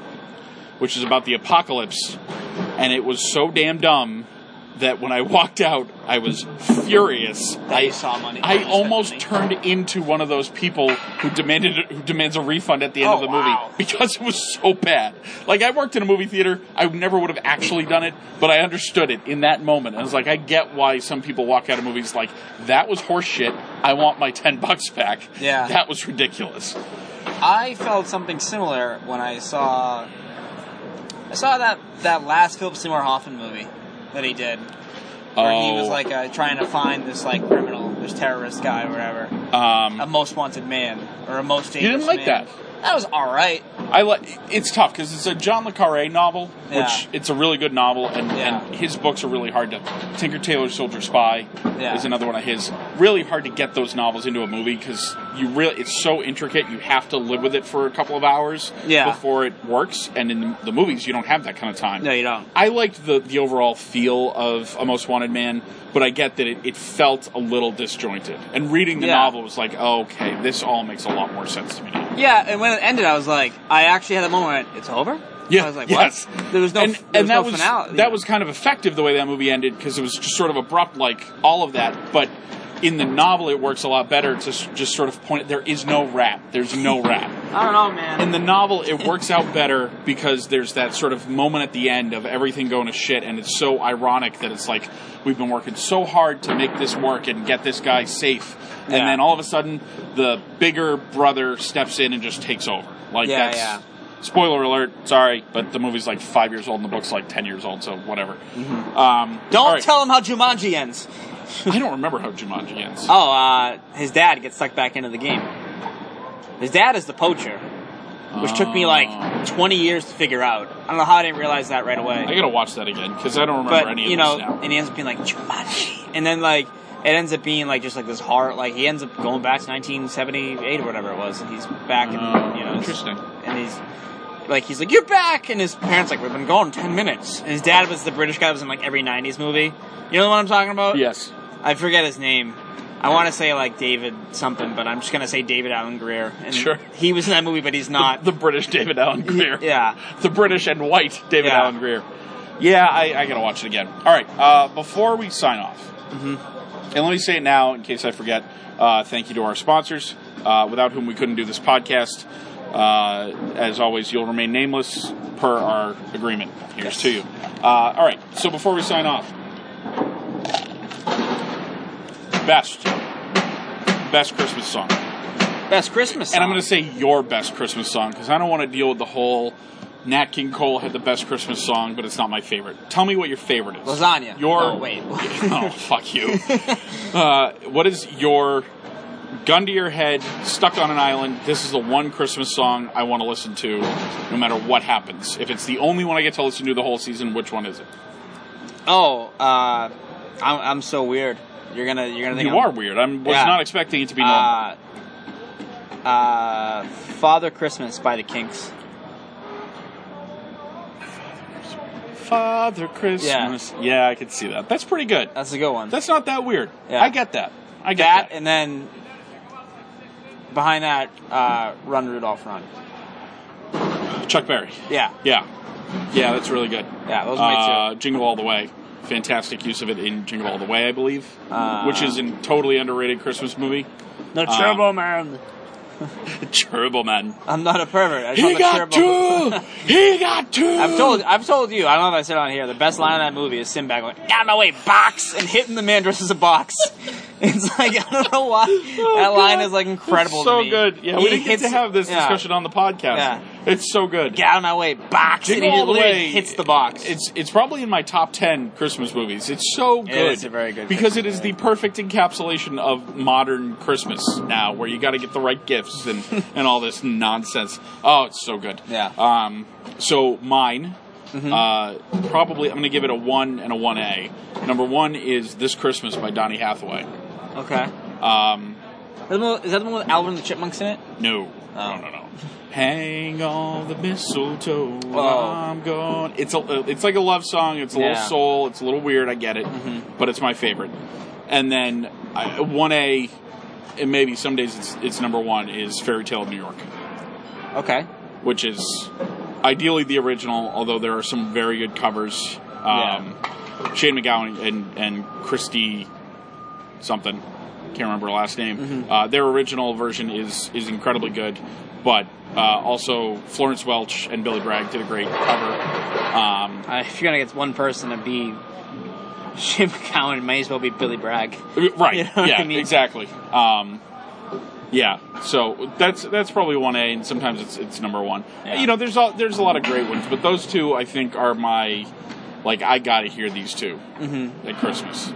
Speaker 1: which is about the apocalypse, and it was so damn dumb that when I walked out, I was furious.
Speaker 2: I saw money.
Speaker 1: I almost turned into one of those people who demanded who demands a refund at the end
Speaker 2: Oh,
Speaker 1: of the
Speaker 2: wow.
Speaker 1: movie because it was so bad. Like I worked in a movie theater, I never would have actually done it, but I understood it in that moment. I was like, I get why some people walk out of movies like that was horse shit. I want my ten bucks back.
Speaker 2: Yeah.
Speaker 1: that was ridiculous.
Speaker 2: I felt something similar when I saw I saw that that last Philip Seymour Hoffman movie that he did, where he was
Speaker 1: Oh.
Speaker 2: like uh, trying to find this like criminal, this terrorist guy or whatever,
Speaker 1: Um,
Speaker 2: a most wanted man or a most dangerous.
Speaker 1: didn't like
Speaker 2: man.
Speaker 1: that?
Speaker 2: That was all right.
Speaker 1: I like it's tough because it's a John le Carre novel,
Speaker 2: Yeah.
Speaker 1: which it's a really good novel, and,
Speaker 2: Yeah.
Speaker 1: and his books are really hard to. Tinker Tailor Soldier Spy
Speaker 2: Yeah.
Speaker 1: is another one of his. Really hard to get those novels into a movie because you really it's so intricate. You have to live with it for a couple of hours
Speaker 2: Yeah.
Speaker 1: before it works, and in the, the movies you don't have that kind of time.
Speaker 2: No, you don't.
Speaker 1: I liked the, the overall feel of A Most Wanted Man, but I get that it, it felt a little disjointed. And reading the
Speaker 2: Yeah.
Speaker 1: novel was like, oh, okay, this all makes a lot more sense to me now.
Speaker 2: Yeah, and when it ended, I was like, I actually had a moment. Where I went, it's over.
Speaker 1: Yeah,
Speaker 2: I was like,
Speaker 1: yes.
Speaker 2: what? There was no,
Speaker 1: and,
Speaker 2: there
Speaker 1: and
Speaker 2: was
Speaker 1: that
Speaker 2: no
Speaker 1: was
Speaker 2: finality.
Speaker 1: that was kind of effective the way that movie ended because it was just sort of abrupt, like all of that. But in the novel, it works a lot better to s- just sort of point. There is no wrap. There's no wrap.
Speaker 2: I don't know, man.
Speaker 1: In the novel, it works out better because there's that sort of moment at the end of everything going to shit, and it's so ironic that it's like we've been working so hard to make this work and get this guy safe, and
Speaker 2: Yeah.
Speaker 1: then all of a sudden, the bigger brother steps in and just takes over. Like
Speaker 2: Yeah,
Speaker 1: that's
Speaker 2: yeah.
Speaker 1: spoiler alert. Sorry, but the movie's like five years old and the book's like ten years old, so whatever. Um,
Speaker 2: Mm-hmm. don't
Speaker 1: all right.
Speaker 2: tell him how Jumanji ends.
Speaker 1: I don't remember how Jumanji ends.
Speaker 2: Oh, uh, his dad gets sucked back into the game. His dad is the poacher, which took me
Speaker 1: Oh.
Speaker 2: like 20 years to figure out. I don't know how I didn't realize that right
Speaker 1: I
Speaker 2: away.
Speaker 1: gotta watch that again because I don't remember
Speaker 2: But
Speaker 1: any of
Speaker 2: you know,
Speaker 1: this now.
Speaker 2: and he ends up being like Jumanji, and then like it ends up being like just like this hard like he ends up going back to 1978 or whatever it was and he's back in
Speaker 1: Uh, Oh,
Speaker 2: you know it's-
Speaker 3: interesting.
Speaker 2: and he's like he's like you're back and his parents like we've been gone 10 minutes and his dad was the british guy that was in like every 90s movie you know what i'm talking about
Speaker 1: Yes.
Speaker 2: i forget his name i want to say like david something but i'm just gonna say david allen greer and
Speaker 1: Sure.
Speaker 2: he was in that movie but he's not
Speaker 1: The British David Allen Greer.
Speaker 2: yeah
Speaker 1: The British and white David
Speaker 2: Yeah.
Speaker 1: Allen Greer. Yeah, I, I gotta watch it again. All right, uh, before we sign off,
Speaker 2: Mm-hmm.
Speaker 1: and let me say it now in case I forget. Uh, thank you to our sponsors, uh, without whom we couldn't do this podcast. Uh, as always, you'll remain nameless per our agreement. Here's to you. Uh, all right, so before we sign off, best, best Christmas song.
Speaker 2: best christmas
Speaker 1: And I'm
Speaker 2: song.
Speaker 1: going to say your best Christmas song because I don't want to deal with the whole Nat King Cole had the best Christmas song, but it's not my favorite. Tell me what your favorite is.
Speaker 2: lasagna
Speaker 1: Your
Speaker 2: oh wait
Speaker 1: oh fuck you. uh, what is your gun to your head? Stuck on an island. This is the one Christmas song I want to listen to, no matter what happens. If it's the only one I get to listen to the whole season, which one is it?
Speaker 2: oh uh I'm, I'm so weird you're gonna you're gonna think
Speaker 1: You
Speaker 2: I'm-
Speaker 1: are weird. I was
Speaker 2: Yeah.
Speaker 1: not expecting it to be normal.
Speaker 2: uh, uh, Father Christmas by the Kinks.
Speaker 1: Father Christmas. Yeah. I could see that. That's pretty good.
Speaker 2: That's a good one.
Speaker 1: That's not that weird.
Speaker 2: Yeah.
Speaker 1: I get that. I get
Speaker 2: that, and then behind that, uh, Run Rudolph Run.
Speaker 1: Chuck Berry.
Speaker 2: Yeah,
Speaker 1: Yeah. Yeah, that's really good.
Speaker 2: yeah, those are my
Speaker 1: Uh, Jingle All the Way. Fantastic use of it in Jingle All the Way, I believe,
Speaker 2: Uh,
Speaker 1: which is a totally underrated Christmas movie.
Speaker 2: two. The
Speaker 1: Turbo
Speaker 2: Man.
Speaker 1: Turbo Man.
Speaker 2: I'm not a pervert. I just
Speaker 1: He
Speaker 2: want the
Speaker 1: got
Speaker 2: Turbo.
Speaker 1: two! He got two!
Speaker 2: I've told I've told you. I don't know if I said it on here. The best line in that movie is Sinbad going, "Get out of my way, box!" and hitting the man dressed as a box. it's like I don't know why that
Speaker 1: Oh, God.
Speaker 2: line is like incredible.
Speaker 1: It's so
Speaker 2: to me.
Speaker 1: good. Yeah,
Speaker 2: He
Speaker 1: we didn't get
Speaker 2: hits-
Speaker 1: to have this
Speaker 2: yeah.
Speaker 1: discussion on the podcast.
Speaker 2: Yeah.
Speaker 1: It's so good.
Speaker 2: Get out of my way, box!
Speaker 1: Jingle
Speaker 2: and he
Speaker 1: All the
Speaker 2: literally
Speaker 1: Way.
Speaker 2: hits the box.
Speaker 1: It's it's probably in my top ten Christmas movies. It's so good.
Speaker 2: is a very good
Speaker 1: because it is the perfect encapsulation of modern Christmas now, where you got to get the right gifts and and all this nonsense. Oh, it's so good.
Speaker 2: Yeah. Mm-hmm.
Speaker 1: Um. So mine. Uh, probably I'm going to give it a one and a one A. Number one is "This Christmas" by Donny Hathaway.
Speaker 2: Okay.
Speaker 1: Um,
Speaker 2: Is that the one- is that the one with Alvin and the Chipmunks in it?
Speaker 1: no, no, no, no. Hang on the mistletoe.
Speaker 2: Whoa.
Speaker 1: I'm gone. It's a, it's like a love song. It's a little
Speaker 2: Yeah.
Speaker 1: soul. It's a little weird. I get it, but it's my favorite. And then one A, and maybe some days it's it's number one is Fairy Tale of New York,
Speaker 2: Okay.
Speaker 1: which is ideally the original. Although there are some very good covers. Um, Shane McGowan and and Christy something. Can't remember her last name. Uh, their original version is is incredibly good, but uh, also Florence Welch and Billy Bragg did a great cover. Um,
Speaker 2: Uh, if you're gonna get one person to be Jim McCowan, it may as well be Billy Bragg.
Speaker 1: Uh, right?
Speaker 2: You know what
Speaker 1: yeah,
Speaker 2: I mean?
Speaker 1: exactly. Um, yeah, so that's that's probably one A, and sometimes it's it's number one.
Speaker 2: Yeah.
Speaker 1: You know, there's a, there's a lot of great ones, but those two I think are my like I gotta hear these 2
Speaker 2: Mm-hmm.
Speaker 1: at Christmas.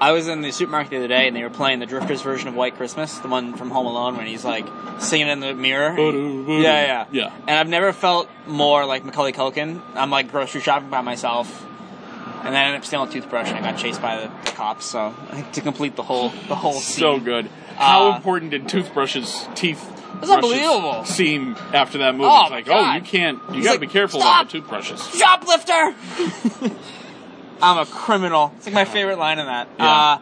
Speaker 2: I was in the supermarket the other day and they were playing the Drifters version of White Christmas, the one from Home Alone when he's like singing in the mirror.
Speaker 1: Ba-do-ba-do.
Speaker 2: Yeah, yeah,
Speaker 1: Yeah.
Speaker 2: And I've never felt more like Macaulay Culkin. I'm like grocery shopping by myself, and then I ended up stealing a toothbrush and I got chased by the cops. So like, to complete the whole the whole scene.
Speaker 1: So good. How
Speaker 2: Uh,
Speaker 1: important did toothbrushes, teeth,
Speaker 2: It's
Speaker 1: brushes
Speaker 2: unbelievable.
Speaker 1: seem after that movie?
Speaker 2: Oh,
Speaker 1: it's
Speaker 2: my
Speaker 1: like, oh,
Speaker 2: God.
Speaker 1: you can't. You
Speaker 2: He's
Speaker 1: got to
Speaker 2: like,
Speaker 1: be careful
Speaker 2: "Stop!"
Speaker 1: about the toothbrushes.
Speaker 2: shoplifter. I'm a criminal. It's like my favorite line in that.
Speaker 1: Yeah.
Speaker 2: Uh,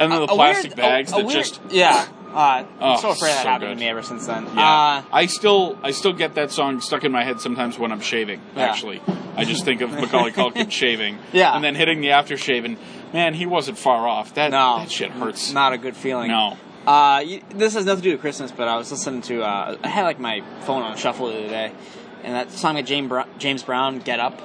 Speaker 1: And then the
Speaker 2: a
Speaker 1: plastic
Speaker 2: weird-
Speaker 1: bags
Speaker 2: a- a
Speaker 1: that
Speaker 2: weird-
Speaker 1: just.
Speaker 2: yeah. Uh,
Speaker 1: Oh,
Speaker 2: I'm so afraid that
Speaker 1: so
Speaker 2: happened
Speaker 1: good.
Speaker 2: to me ever since then.
Speaker 1: Yeah.
Speaker 2: Uh,
Speaker 1: I still, I still get that song stuck in my head sometimes when I'm shaving.
Speaker 2: Yeah.
Speaker 1: Actually, I just think of Macaulay Culkin shaving,
Speaker 2: Yeah.
Speaker 1: and then hitting the aftershave, and man, he wasn't far off. That
Speaker 2: no,
Speaker 1: that shit hurts.
Speaker 2: Not a good feeling.
Speaker 1: No.
Speaker 2: Uh, you, this has nothing to do with Christmas, but I was listening to. Uh, I had like my phone on shuffle the other day, and that song that James Brown, James Brown "Get Up"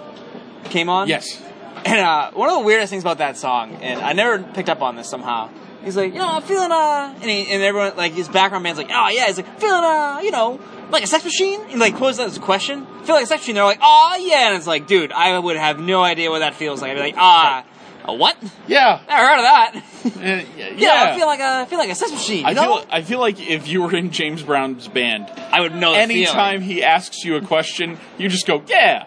Speaker 2: came on.
Speaker 1: Yes.
Speaker 2: And uh, one of the weirdest things about that song, and I never picked up on this somehow. He's like, you know, I'm feeling uh, and, he, and everyone like his background band's like, oh yeah, he's like feeling uh, you know, like a sex machine. And like poses that as a question, feel like a sex machine. They're like, oh yeah, and it's like, dude, I would have no idea what that feels like. I'd be like, ah, a what?
Speaker 1: Yeah.
Speaker 2: Never heard of that.
Speaker 1: Uh,
Speaker 2: yeah,
Speaker 1: yeah.
Speaker 2: I feel like a, I feel like a sex machine. You
Speaker 1: I
Speaker 2: know?
Speaker 1: feel, I feel like if you were in James Brown's band,
Speaker 2: I would know. that feeling.
Speaker 1: anytime he asks you a question, you just go, yeah.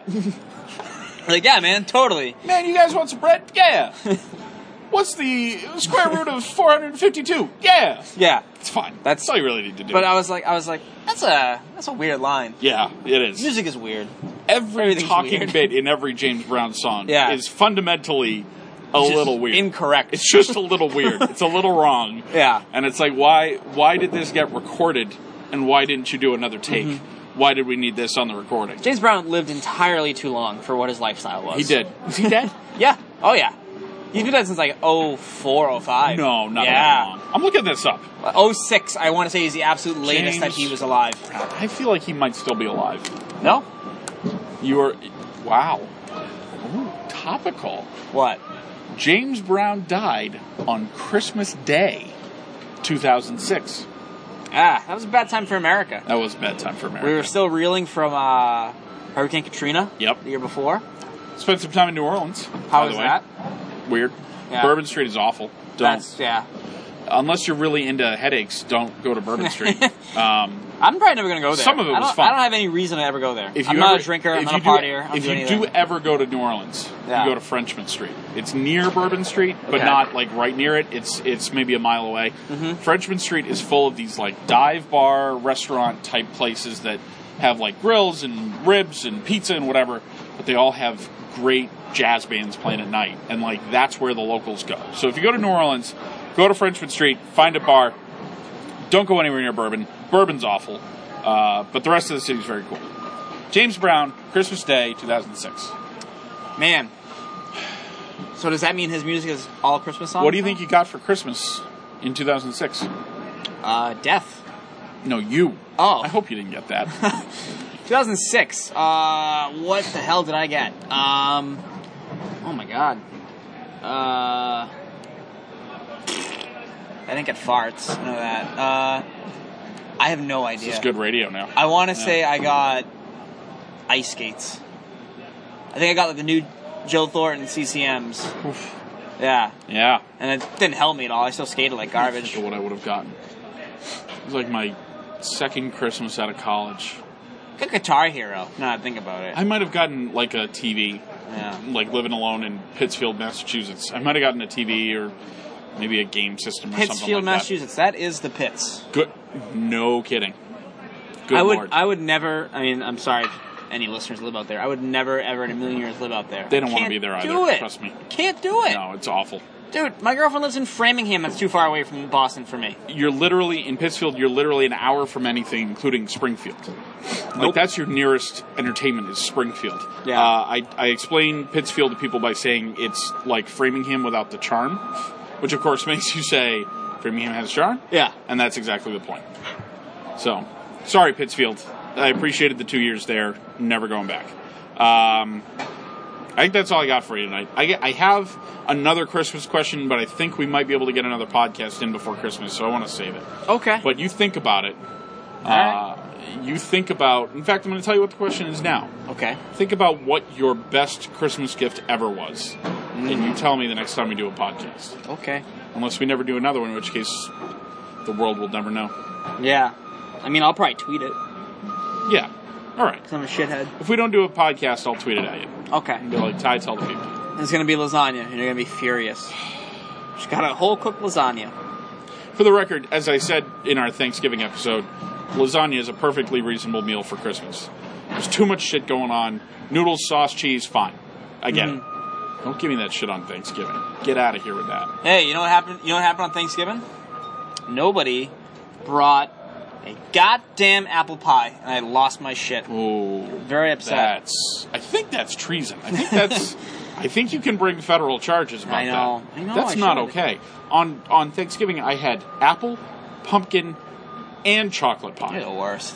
Speaker 2: like yeah, man, totally.
Speaker 1: Man, you guys want some bread? Yeah. What's the square root of 452? Yeah,
Speaker 2: Yeah,
Speaker 1: it's fine.
Speaker 2: That's-
Speaker 1: That's all you really need to do.
Speaker 2: but uh, I was like, I was like, that's a that's a weird line.
Speaker 1: yeah, it is.
Speaker 2: Music is weird.
Speaker 1: Every
Speaker 2: everything's
Speaker 1: talking
Speaker 2: weird.
Speaker 1: bit in every James Brown song
Speaker 2: Yeah.
Speaker 1: is fundamentally a
Speaker 2: It's just
Speaker 1: little weird.
Speaker 2: Incorrect.
Speaker 1: it's just a little weird. It's a little wrong.
Speaker 2: yeah.
Speaker 1: And it's like, why? Why did this get recorded? And why didn't you do another take? Why did we need this on the recording?
Speaker 2: Mm-hmm. James Brown lived entirely too long for what his lifestyle was.
Speaker 1: He did. Is he dead?
Speaker 2: Yeah. Oh yeah. He's been dead since like 04, 05.
Speaker 1: No, not
Speaker 2: yeah.
Speaker 1: that long. I'm looking this up.
Speaker 2: that long. 06, I want to say, is the absolute latest that
Speaker 1: James-
Speaker 2: he was alive.
Speaker 1: I feel like he might still be alive.
Speaker 2: No?
Speaker 1: You are. Wow. Ooh, topical.
Speaker 2: What?
Speaker 1: James Brown died on Christmas Day, 2006.
Speaker 2: Ah, that was a bad time for America.
Speaker 1: That was a bad time for America.
Speaker 2: We were still reeling from uh, Hurricane Katrina.
Speaker 1: Yep.
Speaker 2: The year before.
Speaker 1: Spent some time in New Orleans. by
Speaker 2: How
Speaker 1: the
Speaker 2: was
Speaker 1: way.
Speaker 2: that?
Speaker 1: Weird.
Speaker 2: Yeah.
Speaker 1: Bourbon Street is awful. Don't.
Speaker 2: That's yeah.
Speaker 1: Unless you're really into headaches, don't go to Bourbon Street. um,
Speaker 2: I'm probably never gonna go there.
Speaker 1: Some of it
Speaker 2: I
Speaker 1: was
Speaker 2: don't-
Speaker 1: fun.
Speaker 2: I don't have any reason to ever go there.
Speaker 1: if you
Speaker 2: I'm not
Speaker 1: ever-
Speaker 2: a drinker. I'm
Speaker 1: if
Speaker 2: not
Speaker 1: you
Speaker 2: a
Speaker 1: do-
Speaker 2: partier. I'm
Speaker 1: if
Speaker 2: doing
Speaker 1: you
Speaker 2: anything.
Speaker 1: do ever go to New Orleans,
Speaker 2: Yeah.
Speaker 1: you go to Frenchman Street. It's near Bourbon Street, but
Speaker 2: Okay.
Speaker 1: not like right near it. It's it's maybe a mile away.
Speaker 2: Mhm.
Speaker 1: Frenchman Street is full of these like dive bar, restaurant type places that have like grills and ribs and pizza and whatever, but they all have great jazz bands playing at night, and like that's where the locals go. So if you go to New Orleans, go to Frenchman Street, find a bar. Don't go anywhere near Bourbon. Bourbon's awful, uh, but the rest of the city's very cool. James Brown, Christmas Day, 2006.
Speaker 2: Man. So does that mean his music is all Christmas songs?
Speaker 1: What do you
Speaker 2: now?
Speaker 1: think you got for Christmas in 2006?
Speaker 2: Uh, death.
Speaker 1: No, you.
Speaker 2: Oh.
Speaker 1: I hope you didn't get that.
Speaker 2: 2006. Uh, what the hell did I get? Um, oh my god. Uh, I didn't get farts. I know that. Uh, I have no idea.
Speaker 1: this is good radio now.
Speaker 2: I want to
Speaker 1: Yeah.
Speaker 2: say I got ice skates. I think I got like the new Joe Thornton CCMs.
Speaker 1: Oof.
Speaker 2: Yeah,
Speaker 1: Yeah.
Speaker 2: and it didn't help me at all. I still skated like
Speaker 1: That's
Speaker 2: garbage.
Speaker 1: what I would have gotten. It was like my second Christmas out of college.
Speaker 2: Good Guitar Hero. Now that I think about it.
Speaker 1: I might have gotten like a TV,
Speaker 2: Yeah.
Speaker 1: like living alone in Pittsfield, Massachusetts. I might have gotten a TV or maybe a game system or
Speaker 2: Pittsfield,
Speaker 1: something like
Speaker 2: Massachusetts. that is the pits.
Speaker 1: that. Good. No kidding. Good
Speaker 2: I would
Speaker 1: lord.
Speaker 2: I would never. I mean, I'm sorry if any listeners live out there. I would never ever in a million years live out there.
Speaker 1: They don't
Speaker 2: Can't
Speaker 1: want to be there either.
Speaker 2: Do it.
Speaker 1: Trust me.
Speaker 2: Can't do it,
Speaker 1: No, it's awful.
Speaker 2: dude. My girlfriend lives in Framingham. That's too far away from Boston for me.
Speaker 1: You're literally in Pittsfield. You're literally an hour from anything, including Springfield. Like
Speaker 2: Nope.
Speaker 1: that's your nearest entertainment is Springfield.
Speaker 2: Yeah.
Speaker 1: Uh, I I explain Pittsfield to people by saying it's like Framingham without the charm, which of course makes you say Framingham has charm,
Speaker 2: Yeah.
Speaker 1: and that's exactly the point. So, sorry Pittsfield. I appreciated the two years there. Never going back. Um, I think that's all I got for you tonight. I, get- I have another Christmas question, but I think we might be able to get another podcast in before Christmas, so I want to save it.
Speaker 2: Okay.
Speaker 1: But you think about it.
Speaker 2: right.
Speaker 1: Uh, you think about. In fact, I'm going to tell you what the question is now.
Speaker 2: okay.
Speaker 1: Think about what your best Christmas gift ever was, and you tell me the next time we do a podcast.
Speaker 2: Okay.
Speaker 1: Unless we never do another one, in which case the world will never know.
Speaker 2: Yeah. I mean, I'll probably tweet it.
Speaker 1: Yeah. All right.
Speaker 2: 'cause I'm a shithead.
Speaker 1: If we don't do a podcast, I'll tweet it at you.
Speaker 2: Okay.
Speaker 1: And be like, Ty, tell the people.
Speaker 2: It's gonna be lasagna, and you're gonna be furious. She got a whole cooked lasagna.
Speaker 1: For the record, as I said in our Thanksgiving episode, lasagna is a perfectly reasonable meal for Christmas. There's too much shit going on. Noodles, sauce, cheese, fine. I get it. Don't give me that shit on Thanksgiving. Get out of here with that.
Speaker 2: Hey, you know what happened? You know what happened on Thanksgiving? Nobody brought a goddamn apple pie, and I lost my shit.
Speaker 1: Oh,
Speaker 2: Very upset.
Speaker 1: that's. I think that's treason. I think that's. I think you can bring federal charges about
Speaker 2: I know.
Speaker 1: that.
Speaker 2: I know,
Speaker 1: That's
Speaker 2: I
Speaker 1: not
Speaker 2: should.
Speaker 1: okay. On on Thanksgiving, I had apple, pumpkin, and chocolate pie.
Speaker 2: You're the worst.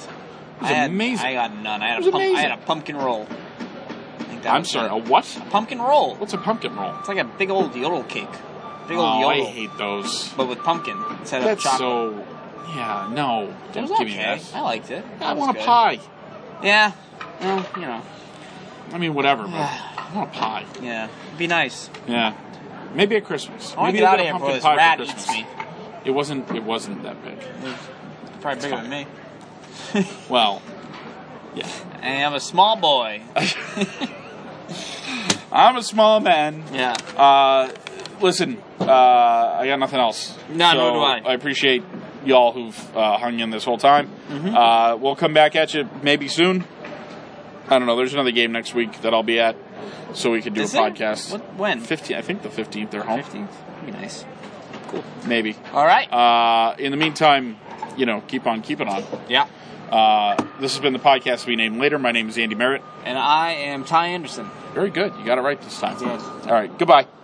Speaker 1: was
Speaker 2: I had,
Speaker 1: amazing.
Speaker 2: I got none. I
Speaker 1: It
Speaker 2: had,
Speaker 1: was
Speaker 2: a, pump, I had
Speaker 1: amazing.
Speaker 2: a pumpkin roll. I think that
Speaker 1: I'm
Speaker 2: was
Speaker 1: sorry. A
Speaker 2: it.
Speaker 1: what?
Speaker 2: Pumpkin roll.
Speaker 1: What's a pumpkin roll?
Speaker 2: It's like a big old yodel cake. Big old
Speaker 1: oh, I
Speaker 2: yodel.
Speaker 1: hate those.
Speaker 2: But with pumpkin instead
Speaker 1: That's
Speaker 2: of chocolate.
Speaker 1: so. Yeah, no.
Speaker 2: it
Speaker 1: Don't
Speaker 2: was
Speaker 1: give me
Speaker 2: okay.
Speaker 1: that.
Speaker 2: I liked it.
Speaker 1: I
Speaker 2: That was
Speaker 1: want a
Speaker 2: good.
Speaker 1: pie.
Speaker 2: Yeah. Well, you know.
Speaker 1: I mean, whatever. But I want a pie.
Speaker 2: Yeah. It'd be nice.
Speaker 1: Yeah. Maybe at Christmas.
Speaker 2: I want
Speaker 1: Maybe
Speaker 2: to get
Speaker 1: I'll
Speaker 2: out of
Speaker 1: a
Speaker 2: here before
Speaker 1: pumpkin
Speaker 2: this
Speaker 1: pie for
Speaker 2: rat
Speaker 1: Christmas.
Speaker 2: eats me.
Speaker 1: It wasn't. It wasn't that big.
Speaker 2: Probably bigger than me.
Speaker 1: Well. Yeah.
Speaker 2: And I'm a small boy.
Speaker 1: I'm a small man.
Speaker 2: Yeah.
Speaker 1: Uh, listen. Uh, Uh, I got nothing else.
Speaker 2: No,
Speaker 1: So
Speaker 2: nor do I.
Speaker 1: I appreciate y'all who've uh, hung in this whole time.
Speaker 2: Mhm.
Speaker 1: Uh, we'll come back at you maybe soon. I don't know. There's another game next week that I'll be at, so we could do a
Speaker 2: Is there?
Speaker 1: podcast.
Speaker 2: What, when?
Speaker 1: Fifteen, I think the fifteenth. They're home,
Speaker 2: Fifteenth. Be nice. Cool.
Speaker 1: maybe.
Speaker 2: All right.
Speaker 1: Uh, in the meantime, you know, keep on keeping on.
Speaker 2: yeah.
Speaker 1: Uh, this has been the podcast we named later. My name is Andy Merritt.
Speaker 2: And I am Ty Anderson.
Speaker 1: Very good. You got it right this time.
Speaker 2: I did.
Speaker 1: All right. Goodbye.